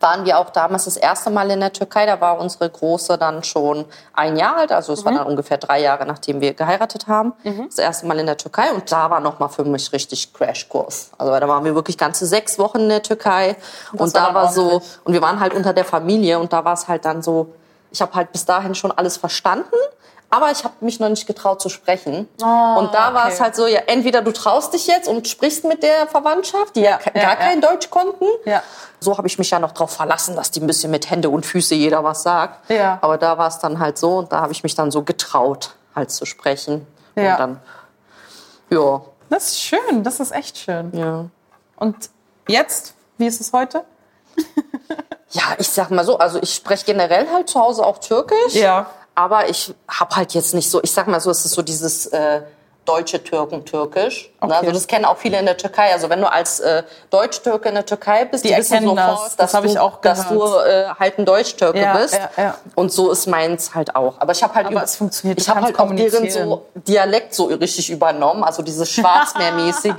S1: waren wir auch damals das erste Mal in der Türkei. Da war unsere Große dann schon ein Jahr alt. Also es
S2: Mhm.
S1: war dann ungefähr drei Jahre, nachdem wir geheiratet haben. Das erste Mal in der Türkei. Und da war nochmal für mich richtig Crashkurs. Also da waren wir wirklich ganze sechs Wochen in der Türkei. und
S2: war
S1: da
S2: dann
S1: war so,
S2: ordentlich.
S1: und wir waren halt unter der Familie. Und da war es halt dann so, ich habe halt bis dahin schon alles verstanden. Aber ich habe mich noch nicht getraut zu sprechen. und da war
S2: Ah, okay.
S1: es halt so, ja, entweder du traust dich jetzt und sprichst mit der Verwandtschaft, die ja,
S2: Ja,
S1: ke-
S2: ja,
S1: gar
S2: ja.
S1: kein Deutsch konnten.
S2: Ja.
S1: So habe ich mich ja noch darauf verlassen, dass die ein bisschen mit Hände und Füße jeder was sagt.
S2: Ja.
S1: Aber da war es dann halt so und da habe ich mich dann so getraut, halt zu sprechen.
S2: Ja.
S1: Und dann, ja,
S2: Das ist schön, das ist echt schön.
S1: ja.
S2: Und jetzt, wie ist es heute?
S1: Ja, ich sag mal so, also ich spreche generell halt zu Hause auch Türkisch.
S2: Ja.
S1: Aber ich hab halt jetzt nicht so, ich sag mal so, es ist so dieses äh, deutsche Türken-Türkisch.
S2: Okay.
S1: Ne? Also das kennen auch viele in der Türkei. Also wenn du als äh, Deutsch-Türke in der Türkei bist,
S2: Die
S1: die, wissen
S2: erkennen
S1: sofort,
S2: das. Das
S1: dass,
S2: hab
S1: du,
S2: ich auch
S1: dass du
S2: gehört.
S1: äh, halt ein Deutsch-Türke
S2: Ja,
S1: bist.
S2: ja, ja.
S1: Und so ist meins halt auch. Aber ich habe halt,
S2: Aber
S1: über-
S2: es funktioniert, du
S1: ich habe
S2: kannst
S1: halt auch deren
S2: kommunizieren.
S1: so Dialekt so richtig übernommen, also dieses Schwarzmeermäßige.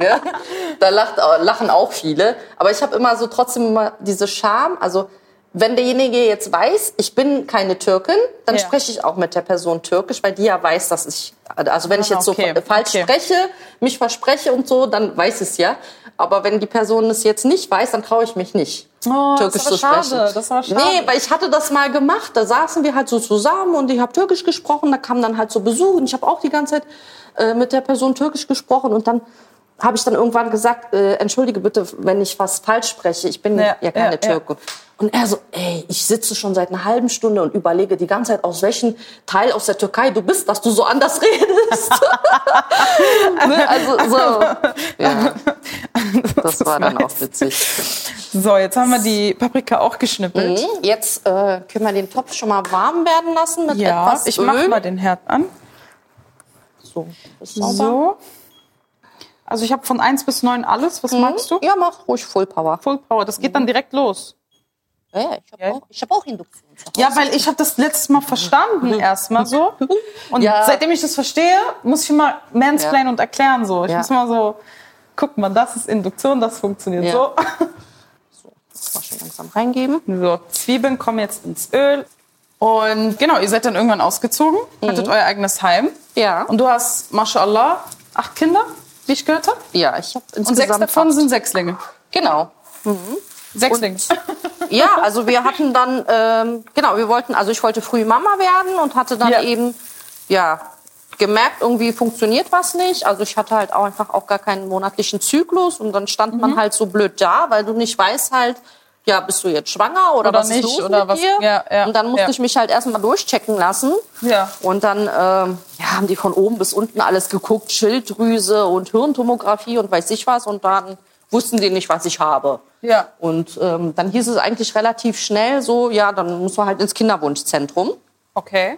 S1: da lacht, äh, lachen auch viele. Aber ich habe immer so trotzdem immer diese Scham. Also wenn derjenige jetzt weiß, ich bin keine Türkin, dann
S2: Ja.
S1: spreche ich auch mit der Person Türkisch, weil die ja weiß, dass ich, also wenn ich jetzt
S2: okay,
S1: so fa- falsch
S2: okay.
S1: spreche, mich verspreche und so, dann weiß es ja. Aber wenn die Person es jetzt nicht weiß, dann traue ich mich nicht.
S2: Oh, das
S1: Türkisch
S2: ist aber
S1: zu
S2: schade,
S1: sprechen.
S2: das ist aber schade.
S1: Nee, weil ich hatte das mal gemacht. Da saßen wir halt so zusammen und ich habe Türkisch gesprochen. Da kam dann halt so Besuch und ich habe auch die ganze Zeit äh, mit der Person Türkisch gesprochen und dann habe ich dann irgendwann gesagt, äh, entschuldige bitte, wenn ich was falsch spreche. Ich bin
S2: Ja,
S1: ja, keine
S2: ja, ja.
S1: Türke. Und er so, ey, ich sitze schon seit einer halben Stunde und überlege die ganze Zeit, aus welchem Teil aus der Türkei du bist, dass du so anders redest. ne? Also so. Ja, das war dann auch witzig.
S2: So, jetzt haben wir die Paprika auch geschnippelt.
S1: Mhm, Jetzt äh, können wir den Topf schon mal warm werden lassen mit
S2: Ja,
S1: etwas
S2: ich mache
S1: Öl.
S2: mal den Herd an.
S1: so. Ist sauber.
S2: So. Also ich habe von 1 bis 9 alles. Was magst du?
S1: Mhm. Ja, Mhm. mach ruhig Full Power.
S2: Full Power, das geht dann direkt los.
S1: Ja, ja, ich habe
S2: Ja.
S1: auch, ich hab auch Induktion. zu Hause.
S2: Ja, weil ich habe das letztes Mal verstanden erstmal so. Und
S1: Mhm. Ja.
S2: seitdem ich das verstehe, muss ich immer mansplain und erklären so. Ich
S1: Ja.
S2: muss mal so, guck mal, das ist Induktion, das funktioniert
S1: Ja.
S2: so.
S1: So, das mal schön langsam reingeben.
S2: So, Zwiebeln kommen jetzt ins Öl. Und genau, ihr seid dann irgendwann ausgezogen, hattet euer eigenes Heim.
S1: Mhm. Ja.
S2: Und du hast, mashallah, acht Kinder, wie ich gehört habe.
S1: Ja, ich habe
S2: Und
S1: insgesamt...
S2: sechs davon
S1: acht.
S2: sind Sechslinge.
S1: Genau.
S2: Sechslinge.
S1: Ja, also wir hatten dann, ähm, genau, wir wollten, also ich wollte früh Mama werden und hatte dann
S2: Ja.
S1: eben, ja, gemerkt, irgendwie funktioniert was nicht. Also ich hatte halt auch einfach auch gar keinen monatlichen Zyklus und dann stand man halt so blöd da, weil du nicht weißt halt, ja, bist du jetzt schwanger oder,
S2: Oder
S1: was
S2: nicht,
S1: ist los
S2: oder
S1: mit
S2: was-
S1: dir?
S2: ja, ja,
S1: und dann musste
S2: ja.
S1: ich mich halt erstmal durchchecken lassen.
S2: Ja.
S1: Und dann ähm, ja, haben die von oben bis unten alles geguckt, Schilddrüse und Hirntomographie und weiß ich was. Und dann wussten die nicht, was ich habe.
S2: Ja.
S1: Und ähm, dann hieß es eigentlich relativ schnell so, ja, dann muss man halt ins Kinderwunschzentrum.
S2: Okay,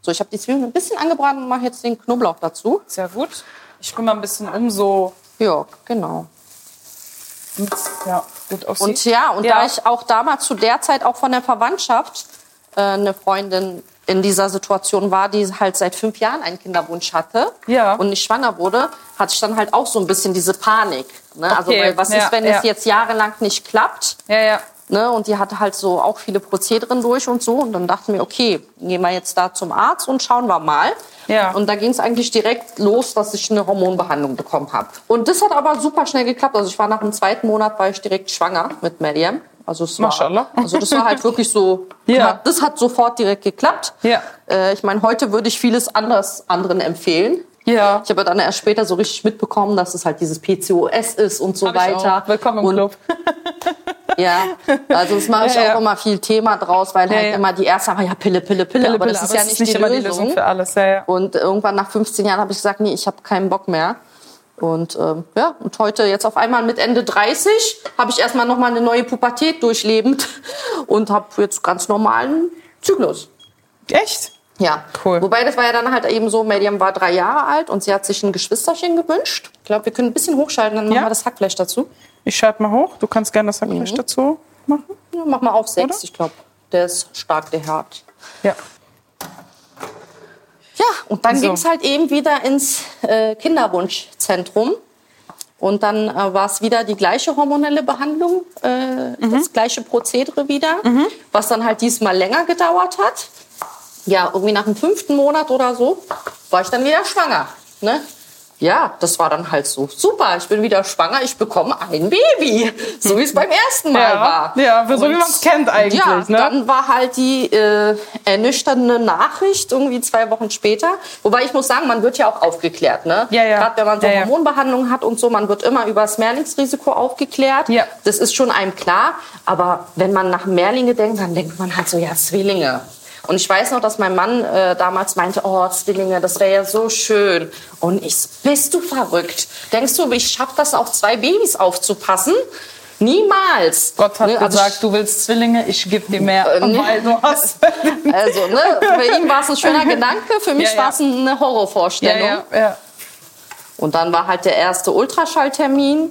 S1: So, ich habe die Zwiebeln ein bisschen angebraten und mache jetzt den Knoblauch dazu.
S2: sehr gut. Ich rühre mal ein bisschen um, so
S1: Ja, genau.
S2: damit's, ja, gut aussieht.
S1: Und ja, und
S2: Ja.
S1: da ich auch damals zu der Zeit auch von der Verwandtschaft äh, eine Freundin in dieser Situation war, die halt seit fünf Jahren einen Kinderwunsch hatte
S2: Ja.
S1: und nicht schwanger wurde, hatte ich dann halt auch so ein bisschen diese Panik. Ne? Also
S2: Okay,
S1: weil was
S2: ja,
S1: ist, wenn
S2: ja.
S1: es jetzt jahrelang nicht klappt?
S2: Ja, ja.
S1: Ne, und die hatte halt so auch viele Prozederen durch und so. Und dann dachten wir, okay, gehen wir jetzt da zum Arzt und schauen wir mal.
S2: Ja.
S1: Und da ging es eigentlich direkt los, dass ich eine Hormonbehandlung bekommen habe. Und das hat aber super schnell geklappt. Also ich war nach dem zweiten Monat war ich direkt schwanger mit Mariam. Also es
S2: Mashallah.
S1: war, also das war halt wirklich so.
S2: Ja.
S1: Das hat sofort direkt geklappt.
S2: Ja.
S1: Äh, ich meine, heute würde ich vieles anderes anderen empfehlen.
S2: Ja.
S1: Ich habe dann erst später so richtig mitbekommen, dass es halt dieses PCOS ist und so
S2: Hab ich auch.
S1: weiter.
S2: Willkommen im
S1: und
S2: Club.
S1: ja, also das mache ich
S2: Ja, ja.
S1: auch immer viel Thema draus, weil halt
S2: ja.
S1: immer die ersten sagen, ja, Pille, Pille, Pille, aber das ist ja
S2: es
S1: nicht, die,
S2: immer
S1: Lösung.
S2: für alles. Ja, ja.
S1: Und irgendwann nach 15 Jahren habe ich gesagt, nee, ich habe keinen Bock mehr. Und ähm, ja, und heute jetzt auf einmal mit Ende 30 habe ich erstmal nochmal eine neue Pubertät durchlebend und habe jetzt ganz normalen Zyklus.
S2: Echt?
S1: Ja,
S2: Cool.
S1: Wobei das war ja dann halt eben so, Medium war drei Jahre alt und sie hat sich ein Geschwisterchen gewünscht. Ich glaube, wir können ein bisschen hochschalten, dann machen
S2: Ja.
S1: wir das Hackfleisch dazu.
S2: Ich schalte mal hoch. Du kannst gerne das Hackfleisch
S1: Mhm.
S2: dazu machen.
S1: Ja, mach mal auf sechs,
S2: Oder?
S1: ich glaube. Der ist stark, der Herd.
S2: Ja.
S1: Ja, und dann
S2: So. also
S1: ging's halt eben wieder ins äh, Kinderwunschzentrum. Und dann äh, war es wieder die gleiche hormonelle Behandlung, äh,
S2: Mhm.
S1: das gleiche Prozedere wieder, was dann halt diesmal länger gedauert hat. Ja, irgendwie nach dem fünften Monat oder so war ich dann wieder schwanger. Ne? Ja, das war dann halt so super. Ich bin wieder schwanger, ich bekomme ein Baby, so wie es beim ersten Mal
S2: Ja,
S1: war.
S2: ja, so wie
S1: Und-
S2: man's kennt eigentlich,
S1: Ja,
S2: ne?
S1: dann war halt die äh, ernüchternde Nachricht irgendwie zwei Wochen später. Wobei ich muss sagen, man wird ja auch aufgeklärt, ne?
S2: Ja, ja.
S1: Gerade wenn man so
S2: Ja, ja.
S1: Hormonbehandlung hat und so, man wird immer über das Mehrlingsrisiko aufgeklärt.
S2: Ja.
S1: Das ist schon einem klar. Aber wenn man nach Mehrlinge denkt, dann denkt man halt so, ja, Zwillinge. Und ich weiß noch, dass mein Mann äh, damals meinte, oh, Zwillinge, das wäre ja so schön. Und ich, so, bist du verrückt? Denkst du, ich schaffe das auf zwei Babys aufzupassen? Niemals.
S2: Gott hat
S1: Ne, also
S2: gesagt, du willst Zwillinge, ich gebe dir mehr,
S1: Äh, nee.
S2: weil du hast.
S1: Also, ne, bei ihm war es ein schöner Gedanke, für mich
S2: Ja, ja.
S1: war es eine
S2: ja,
S1: Horrorvorstellung.
S2: ja, ja.
S1: Und dann war halt der erste Ultraschalltermin.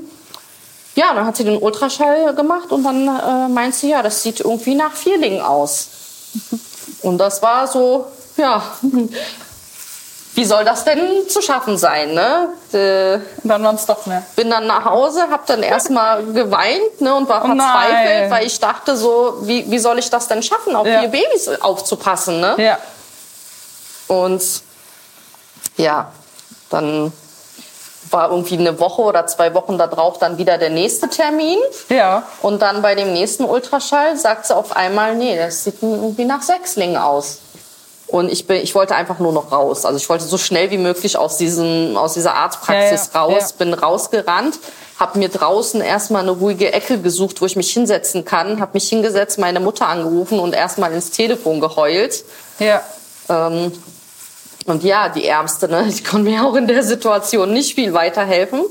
S1: Ja, dann hat sie den Ultraschall gemacht und dann äh, meint sie, ja, das sieht irgendwie nach Vierlingen aus. Und das war so, ja, wie soll das denn zu schaffen sein, ne? Äh,
S2: Dann waren es doch mehr.
S1: bin dann nach Hause, habe dann erstmal geweint ne, und war
S2: Oh nein.
S1: verzweifelt, weil ich dachte so, wie, wie soll ich das denn schaffen, auf
S2: Ja.
S1: vier Babys aufzupassen, ne?
S2: Ja.
S1: Und ja, dann war irgendwie eine Woche oder zwei Wochen da drauf dann wieder der nächste Termin.
S2: Ja.
S1: Und dann bei dem nächsten Ultraschall sagt sie auf einmal, nee, das sieht irgendwie nach Sechslingen aus. Und ich, bin, ich wollte einfach nur noch raus. Also ich wollte so schnell wie möglich aus, diesem, aus dieser Arztpraxis
S2: Ja, ja,
S1: raus,
S2: ja.
S1: bin rausgerannt, habe mir draußen erstmal eine ruhige Ecke gesucht, wo ich mich hinsetzen kann, habe mich hingesetzt, meine Mutter angerufen und erstmal ins Telefon geheult.
S2: Ja.
S1: Ähm, und ja, die Ärmste, ne, die konnte mir auch in der Situation nicht viel weiterhelfen.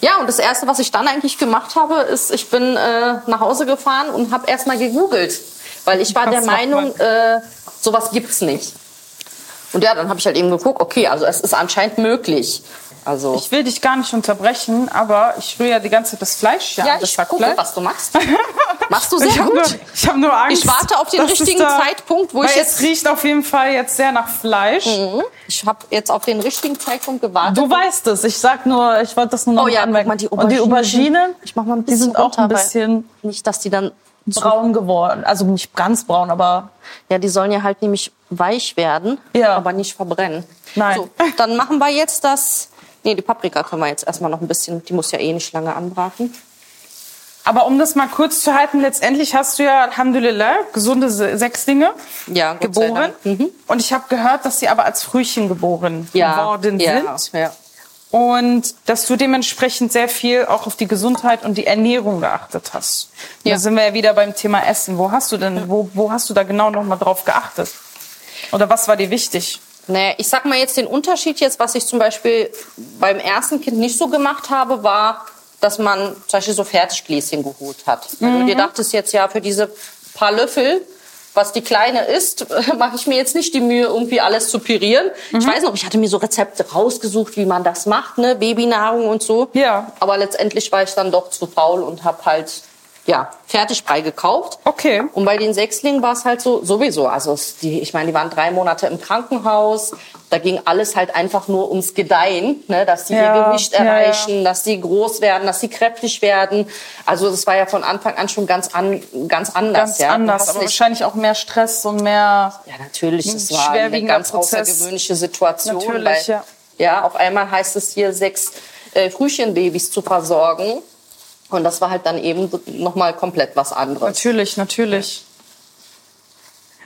S1: Ja, und das Erste, was ich dann eigentlich gemacht habe, ist, ich bin äh, nach Hause gefahren und habe erstmal gegoogelt, weil ich war der
S2: Was macht man?
S1: Meinung, äh, sowas gibt's nicht. Und ja, dann habe ich halt eben geguckt, okay, also es ist anscheinend möglich. Also
S2: Ich will dich gar nicht unterbrechen, aber ich rühre ja die ganze Zeit das Fleisch hier
S1: ja,
S2: an, das
S1: ich gucke,
S2: Hackfleisch.
S1: was du machst. Machst du sehr
S2: ich hab
S1: gut.
S2: Nur, ich habe nur Angst.
S1: Ich warte auf den
S2: dass es
S1: richtigen Zeitpunkt, wo
S2: weil
S1: ich
S2: es
S1: jetzt-
S2: riecht auf jeden Fall jetzt sehr nach Fleisch.
S1: Mhm. Ich habe jetzt auf den richtigen Zeitpunkt gewartet.
S2: Du weißt es. Ich sag nur, ich wollte das nur noch
S1: Oh ja,
S2: anmerken.
S1: guck mal, die
S2: Und die Auberginen,
S1: Auberginen, ich mach mal ein
S2: die sind
S1: bisschen
S2: auch ein
S1: runter, weil-
S2: bisschen
S1: Nicht, dass die dann zu
S2: braun geworden. Also nicht ganz braun, aber
S1: Ja, die sollen ja halt nämlich weich werden,
S2: Ja.
S1: aber nicht verbrennen.
S2: Nein.
S1: So, dann machen wir jetzt das. Nee, die Paprika können wir jetzt erstmal noch ein bisschen, die muss ja eh nicht lange anbraten.
S2: Aber um das mal kurz zu halten, letztendlich hast du ja, Alhamdulillah, gesunde Se- Sechslinge
S1: Ja, Gott sei
S2: geboren.
S1: Dank. Mhm.
S2: Und ich habe gehört, dass sie aber als Frühchen geboren worden
S1: ja, genau.
S2: sind.
S1: ja.
S2: Und dass du dementsprechend sehr viel auch auf die Gesundheit und die Ernährung geachtet hast. Ja. Da
S1: Ja.
S2: sind wir ja wieder beim Thema Essen. Wo hast du denn, wo, wo hast du da genau nochmal drauf geachtet? Oder was war dir wichtig?
S1: Naja, ich sag mal jetzt den Unterschied jetzt, was ich zum Beispiel beim ersten Kind nicht so gemacht habe, war, dass man zum Beispiel so Fertiggläschen geholt hat. Wenn du dir dachtest jetzt ja für diese paar Löffel, was die Kleine isst, mache ich mir jetzt nicht die Mühe, irgendwie alles zu pürieren. Ich weiß noch, ich hatte mir so Rezepte rausgesucht, wie man das macht, ne, Babynahrung und so.
S2: Ja.
S1: Aber letztendlich war ich dann doch zu faul und habe halt ja Fertigbrei gekauft.
S2: Okay.
S1: Und bei den Sechslingen war es halt so, sowieso. Also, es, die, ich meine, die waren drei Monate im Krankenhaus. Da ging alles halt einfach nur ums Gedeihen, ne? dass die
S2: Ja,
S1: ihr Gewicht
S2: ja, ja.
S1: erreichen, dass sie groß werden, dass sie kräftig werden. Also, das war ja von Anfang an schon ganz, an, ganz anders.
S2: Ganz
S1: ja? Du
S2: anders,
S1: hast
S2: aber
S1: nicht-
S2: wahrscheinlich auch mehr Stress und mehr
S1: ja, natürlich, das
S2: Ein
S1: war eine
S2: schwerwiegender
S1: ganz
S2: Prozess.
S1: außergewöhnliche Situation.
S2: Natürlich,
S1: weil,
S2: ja.
S1: Ja, auf einmal heißt es hier, sechs äh, Frühchenbabys zu versorgen. Und das war halt dann eben nochmal komplett was anderes.
S2: Natürlich, natürlich.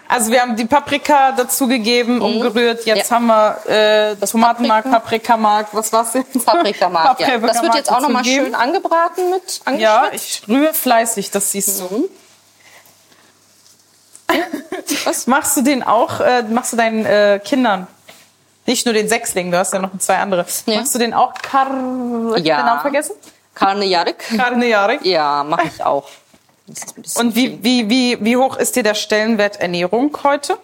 S2: Also wir haben die Paprika dazu gegeben, umgerührt. Jetzt
S1: Mhm. Ja.
S2: haben wir äh,
S1: Das
S2: Tomatenmark, Paprikamark, was war's jetzt?
S1: Paprikamark, ja.
S2: Paprikamark
S1: Das wird jetzt auch nochmal
S2: dazugeben.
S1: schön angebraten mit
S2: Ja,
S1: angeschnitten.
S2: ich rühre fleißig, das siehst du.
S1: Mhm.
S2: Was machst du den auch? Äh, machst du deinen äh, Kindern? Nicht nur den Sechsling, du hast ja noch zwei andere.
S1: Ja.
S2: Machst du den auch Kar... Ja. Ich
S1: Ja.
S2: den Namen vergessen?
S1: Karne Jarek.
S2: Karnejarik.
S1: Ja, mache ich auch. Das ist ein bisschen-
S2: Und wie, wie, wie, wie hoch ist dir der Stellenwert Ernährung heute?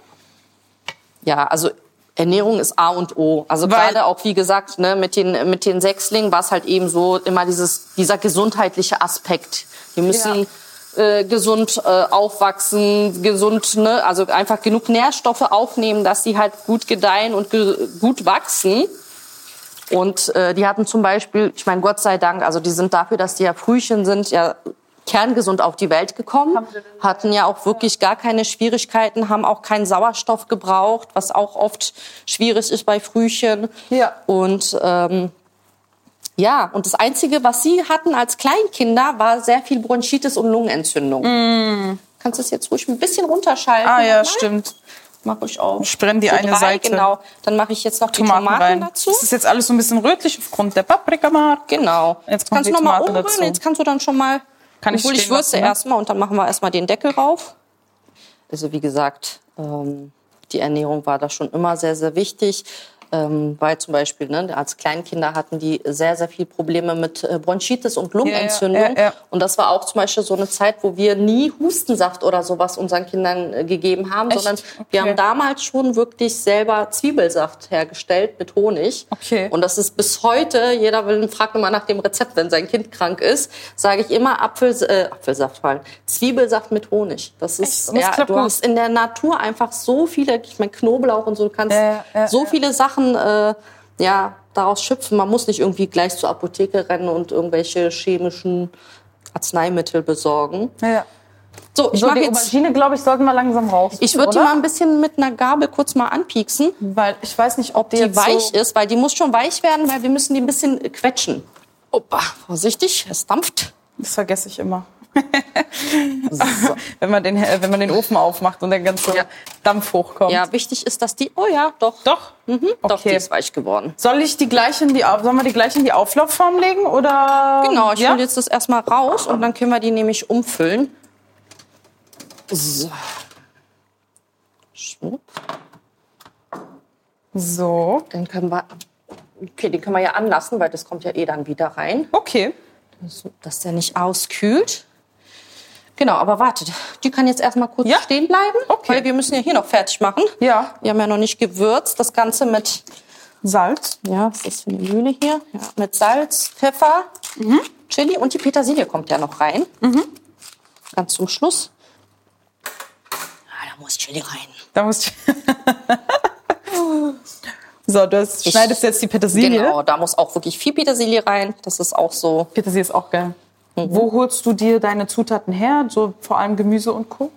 S1: ja, also Ernährung ist A und O. Also
S2: Weil-
S1: gerade auch, wie gesagt, ne, mit den, mit den Sechslingen war es halt eben so immer dieses, dieser gesundheitliche Aspekt. Wir müssen äh, gesund äh, aufwachsen, gesund, ne, also einfach genug Nährstoffe aufnehmen, dass sie halt gut gedeihen und ge gut wachsen. Und äh, die hatten zum Beispiel, ich meine, Gott sei Dank, also die sind dafür, dass die ja Frühchen sind, ja kerngesund auf die Welt gekommen, hatten ja auch wirklich gar keine Schwierigkeiten, haben auch keinen Sauerstoff gebraucht, was auch oft schwierig ist bei Frühchen.
S2: Ja.
S1: Und ähm, ja, und das Einzige, was sie hatten als Kleinkinder, war sehr viel Bronchitis und Lungenentzündung. Kannst du es jetzt ruhig ein bisschen runterschalten?
S2: Mm. Ah ja,
S1: Nochmal?
S2: stimmt.
S1: Mach ich auf.
S2: Ich brenne die eine Seite.
S1: Genau. Dann mache ich jetzt noch die
S2: Tomaten,
S1: Tomaten,
S2: rein.
S1: dazu.
S2: Das ist jetzt alles so ein bisschen rötlich aufgrund der Paprikamark.
S1: Genau.
S2: Jetzt
S1: Jetzt
S2: kommt
S1: kannst du
S2: die
S1: nochmal
S2: Tomate
S1: umrühren.
S2: dazu.
S1: Jetzt kannst du dann schon mal.
S2: Kann ich
S1: obwohl ich
S2: stehen lassen,
S1: würze
S2: ne?
S1: erstmal und dann machen wir erstmal den Deckel rauf. Also wie gesagt, ähm, die Ernährung war da schon immer sehr, sehr wichtig. Ähm, weil zum Beispiel ne, als Kleinkinder hatten die sehr, sehr viel Probleme mit äh, Bronchitis und Lungenentzündung.
S2: Ja, ja, ja, ja.
S1: Und das war auch zum Beispiel so eine Zeit, wo wir nie Hustensaft oder sowas unseren Kindern äh, gegeben haben,
S2: Echt?
S1: sondern wir
S2: Okay.
S1: haben damals schon wirklich selber Zwiebelsaft hergestellt mit Honig.
S2: Okay.
S1: Und das ist bis heute, jeder will, fragt immer nach dem Rezept, wenn sein Kind krank ist, sage ich immer Apfels, äh, Apfelsaft, vor allem, Zwiebelsaft mit Honig. Das ist,
S2: Und das
S1: ja,
S2: klappt
S1: du
S2: gut.
S1: hast in der Natur einfach so viele, ich meine Knoblauch und so, du kannst
S2: Ja, ja,
S1: so
S2: ja.
S1: viele Sachen, äh, ja, daraus schöpfen. Man muss nicht irgendwie gleich zur Apotheke rennen und irgendwelche chemischen Arzneimittel besorgen.
S2: Ja.
S1: So, ich
S2: So,
S1: mache
S2: die
S1: jetzt,
S2: Aubergine, glaube ich, sollten wir langsam raus.
S1: ich würde die
S2: oder?
S1: mal ein bisschen mit einer Gabel kurz mal anpieksen,
S2: Weil ich weiß nicht, ob die,
S1: die
S2: jetzt
S1: weich
S2: so
S1: ist, weil die muss schon weich werden, weil wir müssen die ein bisschen quetschen. Opa, vorsichtig, es dampft.
S2: Das vergesse ich immer.
S1: So.
S2: Wenn man den, äh, wenn man den Ofen aufmacht und der ganze
S1: Ja.
S2: Dampf hochkommt.
S1: Ja, wichtig ist, dass die, oh ja, doch,
S2: Doch? Mhm.
S1: doch, die
S2: Okay.
S1: ist weich geworden.
S2: Soll ich die gleich in die, Au- sollen wir die gleich in die Auflaufform legen oder?
S1: Genau, ich
S2: ja?
S1: hole jetzt das erstmal raus und dann können wir die nämlich umfüllen. So. Schwupp.
S2: So.
S1: Dann können wir. Okay, den können wir ja anlassen, weil das kommt ja eh dann wieder rein,
S2: Okay.
S1: so, dass der nicht auskühlt. Genau, aber wartet, die kann jetzt erstmal kurz
S2: Ja.
S1: stehen bleiben,
S2: Okay.
S1: weil wir müssen ja hier noch fertig machen.
S2: Ja.
S1: Wir haben ja noch nicht gewürzt, das Ganze mit,
S2: Salz.
S1: ja, was ist für eine Mühle hier? Ja, mit Salz, Pfeffer,
S2: Mhm.
S1: Chili und die Petersilie kommt ja noch rein. Ganz zum Schluss. Ah, da muss Chili rein.
S2: Da musst du. so, du hast, schneidest jetzt die Petersilie.
S1: Genau, da muss auch wirklich viel Petersilie rein. Das ist auch so
S2: Petersilie ist auch geil.
S1: Mhm.
S2: Wo holst du dir deine Zutaten her? So vor allem Gemüse und Co.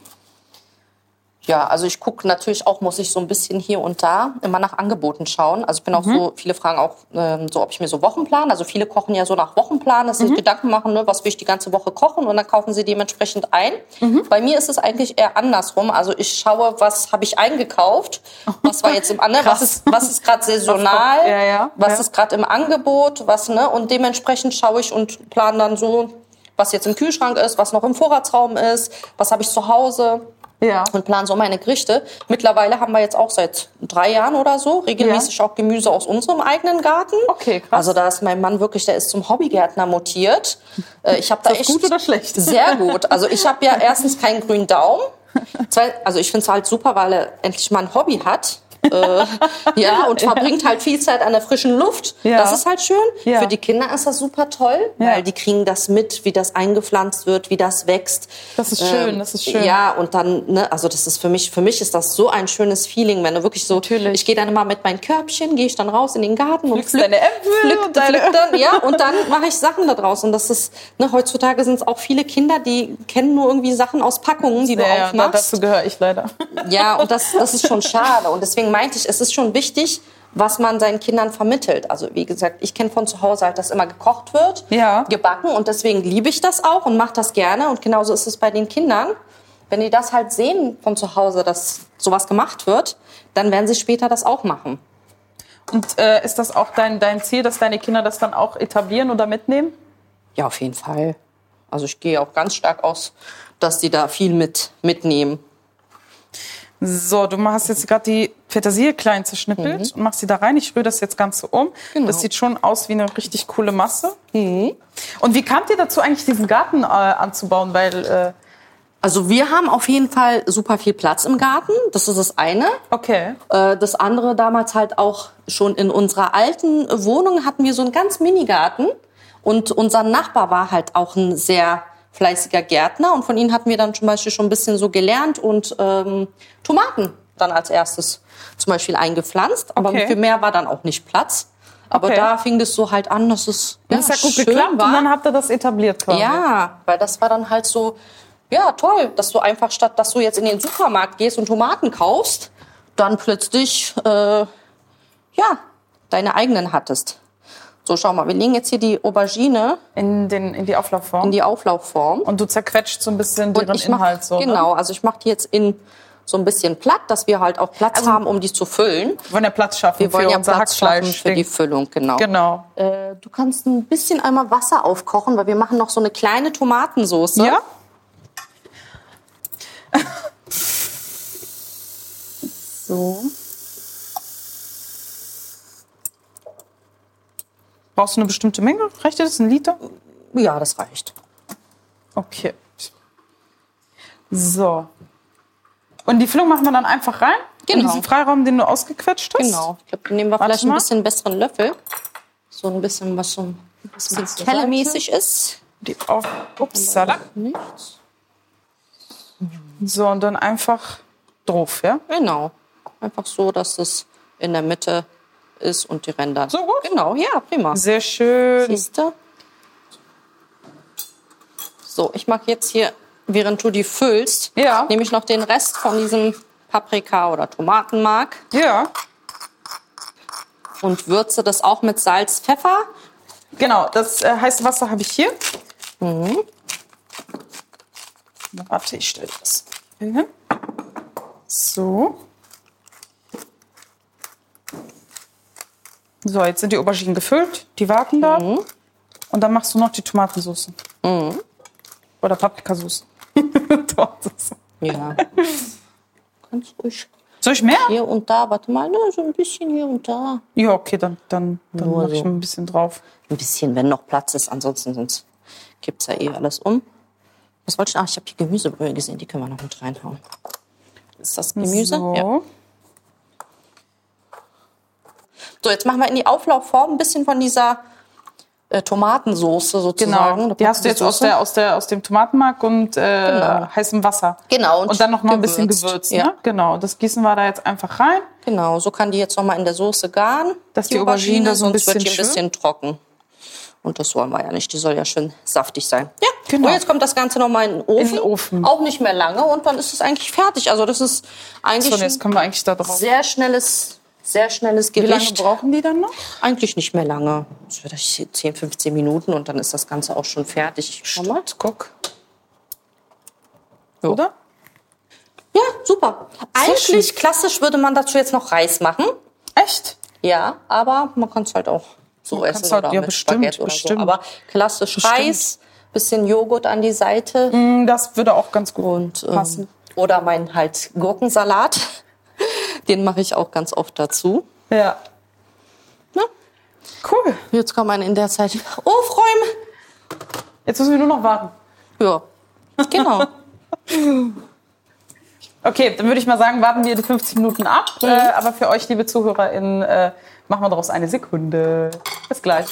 S1: Ja, also ich gucke natürlich auch, muss ich so ein bisschen hier und da immer nach Angeboten schauen. Also ich bin auch
S2: Mhm.
S1: so, viele fragen auch ähm, so, ob ich mir so Wochenplan, also viele kochen ja so nach Wochenplan, dass sie
S2: Mhm.
S1: sich Gedanken machen, ne, was will ich die ganze Woche kochen und dann kaufen sie dementsprechend ein.
S2: Mhm.
S1: Bei mir ist es eigentlich eher andersrum. Also ich schaue, was habe ich eingekauft, was war jetzt im anderen, was ist, was ist gerade saisonal,
S2: Ja, ja,
S1: was
S2: ja.
S1: ist gerade im Angebot, was, ne, und dementsprechend schaue ich und plane dann so, was jetzt im Kühlschrank ist, was noch im Vorratsraum ist, was habe ich zu Hause
S2: Ja.
S1: und planen so meine Gerichte. Mittlerweile haben wir jetzt auch seit drei Jahren oder so regelmäßig auch Gemüse aus unserem eigenen Garten.
S2: Okay, krass.
S1: Also da ist mein Mann wirklich, der ist zum Hobbygärtner mutiert. Äh, Ich habe da
S2: das
S1: echt
S2: gut oder schlecht?
S1: Sehr gut. Also ich habe ja erstens keinen grünen Daumen. Zwei, also ich finde es halt super, weil er endlich mal ein Hobby hat. äh, ja, und verbringt halt viel Zeit an der frischen Luft.
S2: Ja.
S1: Das ist halt schön.
S2: Ja.
S1: Für die Kinder ist das super toll,
S2: Ja.
S1: weil die kriegen das mit, wie das eingepflanzt wird, wie das wächst.
S2: Das ist schön, das ist schön.
S1: ähm, Ja, und dann, ne, also das ist für mich, für mich ist das so ein schönes Feeling, wenn du wirklich so,
S2: Natürlich.
S1: ich gehe dann immer mit meinem Körbchen, gehe ich dann raus in den Garten und
S2: Pflückst deine Äpfel
S1: pflück,
S2: und deine-
S1: pflück dann, ja, und dann mache ich Sachen da draus. Und das ist, ne, heutzutage sind es auch viele Kinder, die kennen nur irgendwie Sachen aus Packungen, die du
S2: Ja, ja,
S1: aufmachst.
S2: dazu gehöre ich leider.
S1: Ja, und das, das ist schon schade. Und deswegen meinte ich, es ist schon wichtig, was man seinen Kindern vermittelt. Also wie gesagt, ich kenne von zu Hause halt, dass immer gekocht wird,
S2: Ja.
S1: gebacken und deswegen liebe ich das auch und mache das gerne. Und genauso ist es bei den Kindern. Wenn die das halt sehen von zu Hause, dass sowas gemacht wird, dann werden sie später das auch machen.
S2: Und äh, ist das auch dein, dein Ziel, dass deine Kinder das dann auch etablieren oder mitnehmen?
S1: Ja, auf jeden Fall. Also ich gehe auch ganz stark aus, dass die da viel mit mitnehmen.
S2: So, du machst jetzt gerade die Petersilie klein zerschnippelt
S1: Mhm.
S2: und machst sie da rein. Ich rühre das jetzt Ganze um.
S1: Genau.
S2: Das sieht schon aus wie eine richtig coole Masse.
S1: Mhm.
S2: Und wie kamt ihr dazu eigentlich, diesen Garten äh, anzubauen? Weil, äh,
S1: Also wir haben auf jeden Fall super viel Platz im Garten. Das ist das eine.
S2: okay,
S1: Äh, Das andere damals halt auch schon in unserer alten Wohnung hatten wir so einen ganz Minigarten und unser Nachbar war halt auch ein sehr fleißiger Gärtner und von ihm hatten wir dann zum Beispiel schon ein bisschen so gelernt und ähm, Tomaten dann als erstes zum Beispiel eingepflanzt, aber
S2: Okay.
S1: für mehr war dann auch nicht Platz. Aber
S2: Okay.
S1: da fing das so halt an, dass es ja,
S2: das hat gut
S1: schön
S2: geklappt
S1: war.
S2: und dann habt ihr das etabliert quasi.
S1: Ja, weil das war dann halt so, ja, toll, dass du einfach statt, dass du jetzt in den Supermarkt gehst und Tomaten kaufst, dann plötzlich, äh, ja, deine eigenen hattest. So, schau mal, wir legen jetzt hier die Aubergine
S2: In, den, in die Auflaufform.
S1: in die Auflaufform.
S2: und du zerquetscht so ein bisschen
S1: Und
S2: deren
S1: ich mach,
S2: Inhalt so. ne?
S1: Genau, also ich mache die jetzt in so ein bisschen platt, dass wir halt auch Platz haben, um die zu füllen.
S2: Wir wollen ja Platz schaffen
S1: Wir wollen
S2: Also für
S1: ja
S2: unser
S1: Platz schaffen
S2: Hackfleisch.
S1: für die Füllung, genau.
S2: genau.
S1: Äh, du kannst ein bisschen einmal Wasser aufkochen, weil wir machen noch so eine kleine Tomatensauce.
S2: Ja?
S1: So.
S2: Brauchst du eine bestimmte Menge? Reicht dir das? Ein Liter?
S1: Ja, das reicht.
S2: Okay. So. Und die Füllung machen wir dann einfach rein? In
S1: Genau.
S2: diesen Freiraum, den du ausgequetscht hast?
S1: Genau. Ich glaube, nehmen wir
S2: Warte
S1: vielleicht ein
S2: mal.
S1: bisschen besseren Löffel. So ein bisschen, was so ein bisschen kellermäßig ist.
S2: Die auf Upsala.
S1: Nichts.
S2: So, und dann einfach drauf, ja?
S1: Genau. Einfach so, dass es in der Mitte ist und die Ränder.
S2: So gut?
S1: Genau, ja, prima.
S2: Sehr schön.
S1: Siehst du? So, ich mache jetzt hier, während du die füllst,
S2: Ja.
S1: nehme ich noch den Rest von diesem Paprika- oder Tomatenmark
S2: Ja.
S1: und würze das auch mit Salz, Pfeffer.
S2: Genau, das äh, heiße Wasser habe ich hier.
S1: Mhm.
S2: Warte, ich stelle das hin. So. So, jetzt sind die Auberginen gefüllt, die warten da.
S1: Mhm.
S2: Und dann machst du noch die Tomatensauce. Oder Paprikasauce. Tomatensauce.
S1: Ja. Ganz ruhig.
S2: Soll ich mehr?
S1: Hier und da, warte mal, ne, so ein bisschen hier und da.
S2: Ja, okay, dann, dann, dann
S1: Nur
S2: mache ich
S1: so.
S2: ein bisschen drauf.
S1: Ein bisschen, wenn noch Platz ist, ansonsten sonst kippt's ja eh alles um. Was wollte ich? Ah, ich habe die Gemüsebrühe gesehen, die können wir noch mit reinhauen. Ist das Gemüse?
S2: So.
S1: Ja. So, jetzt machen wir in die Auflaufform ein bisschen von dieser äh, Tomatensoße sozusagen.
S2: Genau,
S1: Da
S2: die
S1: kommt
S2: hast du jetzt aus,
S1: Soße.
S2: der, aus, der, aus dem Tomatenmark und äh, heißem Wasser.
S1: Genau,
S2: Und,
S1: und
S2: dann noch mal ein bisschen
S1: gewürzt,
S2: gewürzt. Ne?
S1: ja.
S2: Genau, das gießen wir da jetzt einfach rein.
S1: Genau, so kann die jetzt nochmal in der Soße garen.
S2: Dass die Aubergine da so ein
S1: sonst wird die ein
S2: bisschen schön-
S1: bisschen trocken. Und das wollen wir ja nicht. Die soll ja schön saftig sein. Ja,
S2: Genau.
S1: genau. Und jetzt kommt das Ganze nochmal in den Ofen.
S2: den Ofen.
S1: Auch nicht mehr lange und dann ist es eigentlich fertig. Also das ist
S2: So,
S1: eigentlich
S2: und jetzt
S1: ein
S2: können wir eigentlich da drauf.
S1: sehr schnelles, sehr schnelles
S2: Wie lange
S1: Gericht.
S2: brauchen die dann noch?
S1: Eigentlich nicht mehr lange. Das wird vielleicht 10, 15 Minuten und dann ist das Ganze auch schon fertig. Schau mal.
S2: Guck.
S1: Ja.
S2: Oder?
S1: Ja, super.
S2: schön.
S1: Eigentlich klassisch würde man dazu jetzt noch Reis machen.
S2: Echt?
S1: Ja, aber man kann es halt auch so
S2: Man kann's
S1: essen
S2: halt-
S1: oder
S2: ja,
S1: mit
S2: bestimmt,
S1: Baguette oder
S2: bestimmt.
S1: so. Aber klassisch
S2: Bestimmt.
S1: Reis, bisschen Joghurt an die Seite
S2: Hm, Das würde auch ganz gut
S1: und ähm,
S2: passen.
S1: oder mein halt Gurkensalat. Den mache ich auch ganz oft dazu.
S2: Ja.
S1: Na?
S2: Ne? Cool.
S1: Jetzt kann man in der Zeit aufräumen.
S2: Jetzt müssen wir nur noch warten.
S1: Ja, genau.
S2: Okay, dann würde ich mal sagen, warten wir die 50 Minuten ab.
S1: Mhm.
S2: Äh, aber für euch, liebe ZuhörerInnen, äh, machen wir daraus eine Sekunde. Bis gleich.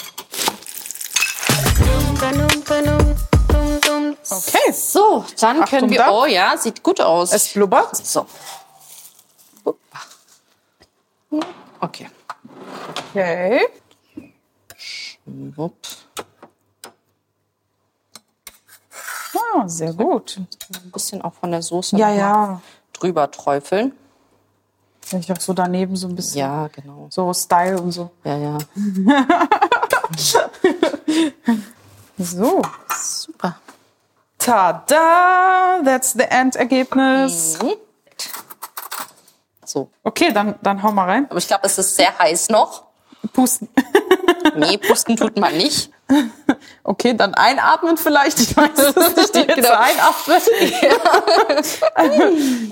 S2: Okay,
S1: So, dann
S2: Achtung,
S1: können wir.
S2: da.
S1: Oh ja, sieht gut aus.
S2: es blubbert.
S1: so. Okay.
S2: Okay.
S1: Wupp.
S2: Ah, sehr gut.
S1: Ein bisschen auch von der Soße
S2: Ja,
S1: noch mal
S2: ja.
S1: drüber träufeln.
S2: Wenn ich auch so daneben so ein bisschen
S1: Ja, genau.
S2: so Style und so.
S1: Ja, ja.
S2: So.
S1: Super.
S2: Tada! That's the Endergebnis.
S1: So.
S2: Okay, dann, dann hau mal rein.
S1: Aber ich glaube, es ist sehr heiß noch.
S2: Pusten.
S1: Nee, pusten tut man nicht.
S2: Okay, dann einatmen vielleicht. Ich weiß es nicht, die Hitze
S1: Genau.
S2: einatmen. Also,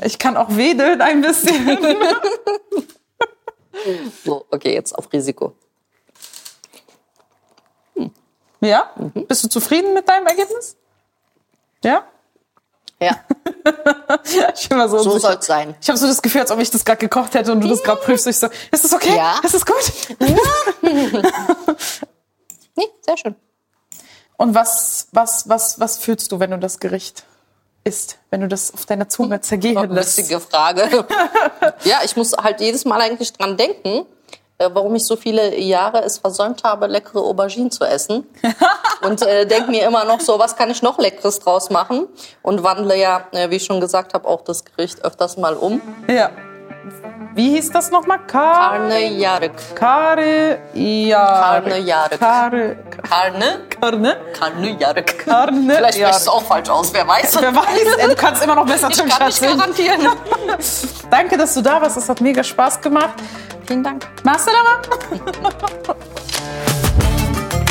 S2: ich kann auch wedeln ein bisschen.
S1: So, okay, jetzt auf Risiko.
S2: Ja? Bist du zufrieden mit deinem Ergebnis? Ja?
S1: Ja,
S2: Ich bin mal so,
S1: so
S2: unsicher.
S1: soll's sein.
S2: Ich habe so das Gefühl, als ob ich das gerade gekocht hätte und du das gerade prüfst. Ich so, ist das okay?
S1: Ja.
S2: Ist das gut?
S1: Nee, sehr schön.
S2: Und was, was, was, was fühlst du, wenn du das Gericht isst? Wenn du das auf deiner Zunge zergehen lässt?
S1: Lustige Frage. ja, ich muss halt jedes Mal eigentlich dran denken, äh, warum ich so viele Jahre es versäumt habe, leckere Auberginen zu essen. Und äh, denke mir immer noch so, was kann ich noch Leckeres draus machen? Und wandle ja, äh, wie ich schon gesagt habe, auch das Gericht öfters mal um.
S4: Ja. Wie hieß das nochmal? Kar
S1: Karne Jarek.
S4: Kare. Ja.
S1: Karne Jarek.
S4: Kare.
S1: Karne?
S4: Karne.
S1: Karne Jarek.
S4: Karne
S1: Vielleicht sprichst du es
S4: Jarek.
S1: auch falsch aus, wer weiß.
S4: Wer weiß, ey, du kannst immer noch besser
S1: Ich kann nicht garantieren.
S4: Danke, dass du da warst. Es hat mega Spaß gemacht.
S1: Vielen Dank.
S4: Machst du da mal?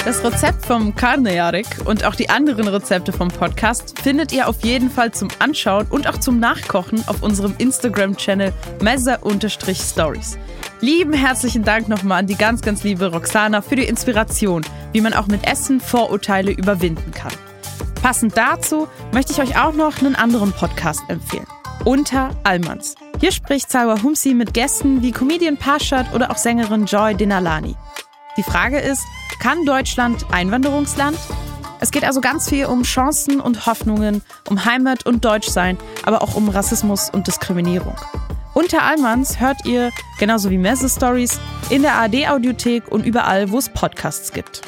S2: Das Rezept vom Karnejarek und auch die anderen Rezepte vom Podcast findet ihr auf jeden Fall zum Anschauen und auch zum Nachkochen auf unserem Instagram-Channel messer-stories. Lieben herzlichen Dank nochmal an die ganz, ganz liebe Roxana für die Inspiration, wie man auch mit Essen Vorurteile überwinden kann. Passend dazu möchte ich euch auch noch einen anderen Podcast empfehlen. Unter Almans. Hier spricht Salwa Humsi mit Gästen wie Comedian Paschat oder auch Sängerin Joy Denalani. Die Frage ist, kann Deutschland Einwanderungsland? Es geht also ganz viel um Chancen und Hoffnungen, um Heimat und Deutschsein, aber auch um Rassismus und Diskriminierung. Unter Allmanns hört ihr, genauso wie Messe Stories, in der ARD-Audiothek und überall, wo es Podcasts gibt.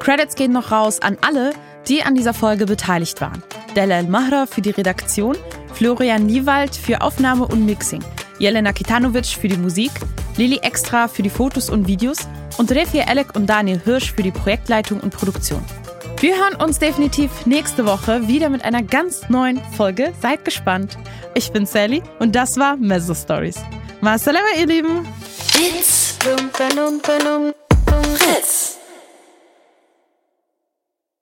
S2: Credits gehen noch raus an alle, die an dieser Folge beteiligt waren. Delal Mahra für die Redaktion, Florian Niewald für Aufnahme und Mixing, Jelena Kitanovic für die Musik, Lili Extra für die Fotos und Videos und Refia Elek und Daniel Hirsch für die Projektleitung und Produktion. Wir hören uns definitiv nächste Woche wieder mit einer ganz neuen Folge. Seid gespannt. Ich bin Sally und das war Mezzo Stories. Masalama, ihr Lieben!
S3: It's Ritz.